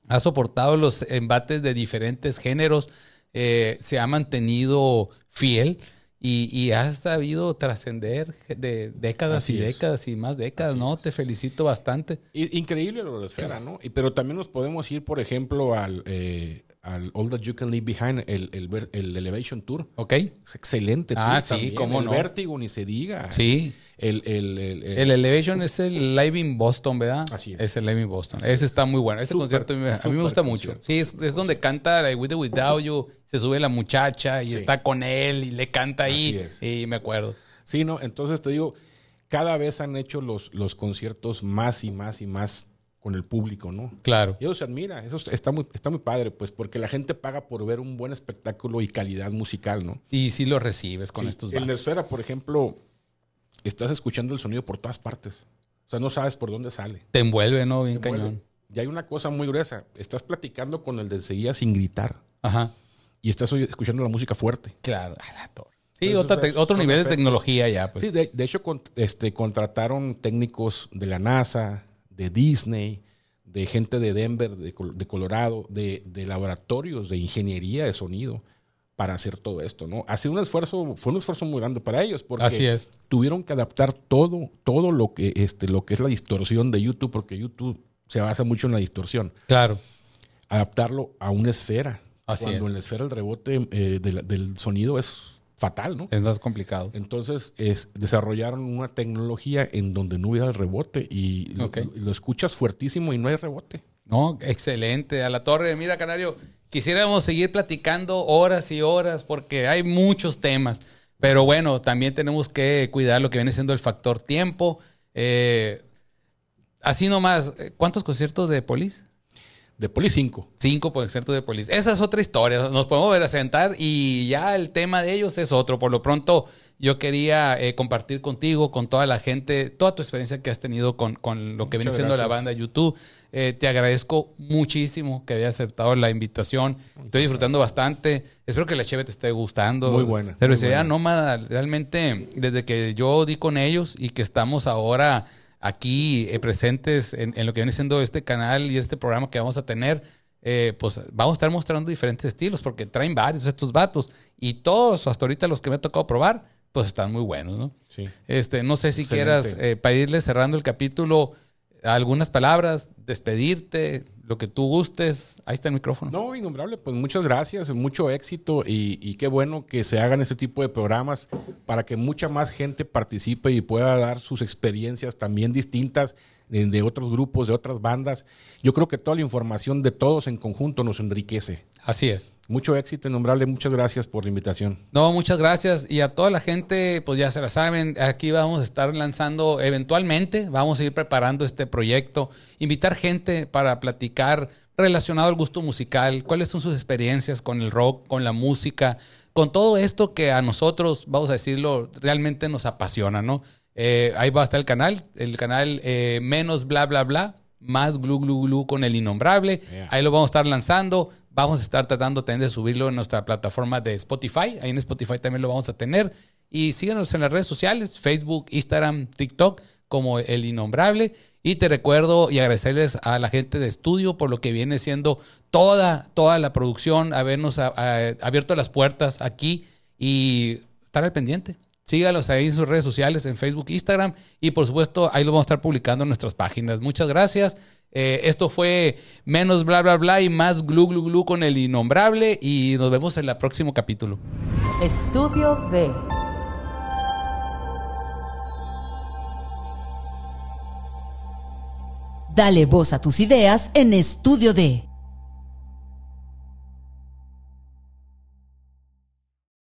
A: ha soportado los embates de diferentes géneros, eh, se ha mantenido fiel y, y ha sabido trascender de décadas
B: Así
A: y
B: es.
A: décadas y más décadas, ¿no? Te felicito bastante.
B: I- Increíble lo de la esfera, ¿no? Y, pero también nos podemos ir, por ejemplo, al, eh, al All That You Can Leave Behind, el, el ver- el Elevation Tour.
A: ¿Ok?
B: Es excelente.
A: Ah,
B: tour
A: sí,
B: también.
A: cómo
B: el
A: no.
B: vértigo, ni se diga.
A: Sí.
B: El, el, el- el-
A: El Elevation es el Live in Boston, ¿verdad?
B: Así es.
A: Es el Live in Boston. Ese está muy bueno. Ese
B: Súper,
A: concierto a mí me- a mí me
B: súper
A: gusta mucho.
B: concierto.
A: Sí, es, es donde canta la de With or Without You, se sube la muchacha y
B: Sí.
A: está con él y le canta ahí.
B: Así es.
A: Y me acuerdo.
B: Sí, ¿no? Entonces te digo, cada vez han hecho los, los conciertos más y más y más con el público, ¿no?
A: Claro.
B: Y eso se admira, eso está muy, está muy padre, pues, porque la gente paga por ver un buen espectáculo y calidad musical, ¿no?
A: Y sí lo recibes con
B: Sí,
A: estos
B: En la
A: bandas.
B: esfera, por ejemplo, estás escuchando el sonido por todas partes. O sea, no sabes por dónde sale.
A: Te envuelve, ¿no? Bien
B: Te envuelve.
A: cañón.
B: Y hay una cosa muy gruesa. Estás platicando con el de enseguida sin gritar.
A: Ajá.
B: Y estás oy- escuchando la música fuerte.
A: Claro, a la torre. Sí,
B: Entonces,
A: otra te-
B: es-
A: otro
B: son
A: nivel de
B: efectos.
A: tecnología ya. Pues.
B: Sí, de, de hecho, con- este, contrataron técnicos de la NASA, de Disney, de gente de Denver, de, Col- de Colorado, de, de laboratorios de ingeniería de sonido para hacer todo esto, ¿no? Ha sido un esfuerzo, fue un esfuerzo muy grande para ellos porque
A: Así es.
B: tuvieron que adaptar todo, todo lo que, este, lo que es la distorsión de YouTube, porque YouTube se basa mucho en la distorsión.
A: Claro.
B: Adaptarlo a una esfera.
A: Así
B: cuando
A: es.
B: en la esfera el rebote eh, de la- del sonido es fatal, ¿no?
A: Es más complicado.
B: Entonces es- desarrollaron una tecnología en donde no hubiera rebote y lo,
A: Ok.
B: lo escuchas fuertísimo y no hay rebote.
A: No, excelente. A la torre. Mira, Canario, quisiéramos seguir platicando horas y horas porque hay muchos temas. Pero bueno, también tenemos que cuidar lo que viene siendo el factor tiempo. Eh, así nomás, eh, ¿cuántos conciertos de Polis?
B: De Poli 5.
A: Cinco conciertos de Polis. Esa es otra historia. Nos podemos ver a sentar y ya el tema de ellos es otro. Por lo pronto, yo quería eh, compartir contigo, con toda la gente, toda tu experiencia que has tenido con, con lo que viene
B: Muchas
A: siendo la
B: gracias.
A: banda YouTube. Eh, te agradezco muchísimo que hayas aceptado la invitación. Estoy disfrutando bastante. Espero que la cheve te esté gustando.
B: Muy buena, muy
A: Cervecería
B: buena.
A: Nómada, realmente, desde que yo di con ellos y que estamos ahora aquí eh, presentes en, en lo que viene siendo este canal y este programa que vamos a tener, eh, pues vamos a estar mostrando diferentes estilos porque traen varios estos vatos y todos, hasta ahorita los que me ha tocado probar, pues están muy buenos, ¿no?
B: Sí.
A: Este, no sé si
B: Excelente.
A: quieras, eh, para irle cerrando el capítulo, algunas palabras, despedirte, lo que tú gustes. Ahí está el micrófono.
B: No, innombrable, pues muchas gracias, mucho éxito y, y qué bueno que se hagan ese tipo de programas para que mucha más gente participe y pueda dar sus experiencias también distintas de, de otros grupos, de otras bandas. Yo creo que toda la información de todos en conjunto nos enriquece.
A: Así es.
B: Mucho éxito, innombrable, muchas gracias por la invitación.
A: No, muchas gracias. Y a toda la gente, pues ya se la saben, aquí vamos a estar lanzando eventualmente, vamos a ir preparando este proyecto, invitar gente para platicar relacionado al gusto musical, cuáles son sus experiencias con el rock, con la música, con todo esto que a nosotros, vamos a decirlo, realmente nos apasiona, ¿no? Eh, ahí va a estar el canal, el canal eh, menos bla bla bla, más glu glu glu con el innombrable.
B: Yeah.
A: Ahí lo vamos a estar lanzando. Vamos a estar tratando también de subirlo en nuestra plataforma de Spotify. Ahí en Spotify también lo vamos a tener. Y síganos en las redes sociales, Facebook, Instagram, TikTok, como el innombrable. Y te recuerdo y agradecerles a la gente de estudio por lo que viene siendo toda, toda la producción, habernos a- a- abierto las puertas aquí y estar al pendiente. Sígalos ahí en sus redes sociales, en Facebook, Instagram y por supuesto ahí lo vamos a estar publicando en nuestras páginas. Muchas gracias. Eh, esto fue menos bla bla bla y más glu glu glu con el innombrable y nos vemos en el próximo capítulo.
C: Estudio B. Dale voz a tus ideas en Estudio D.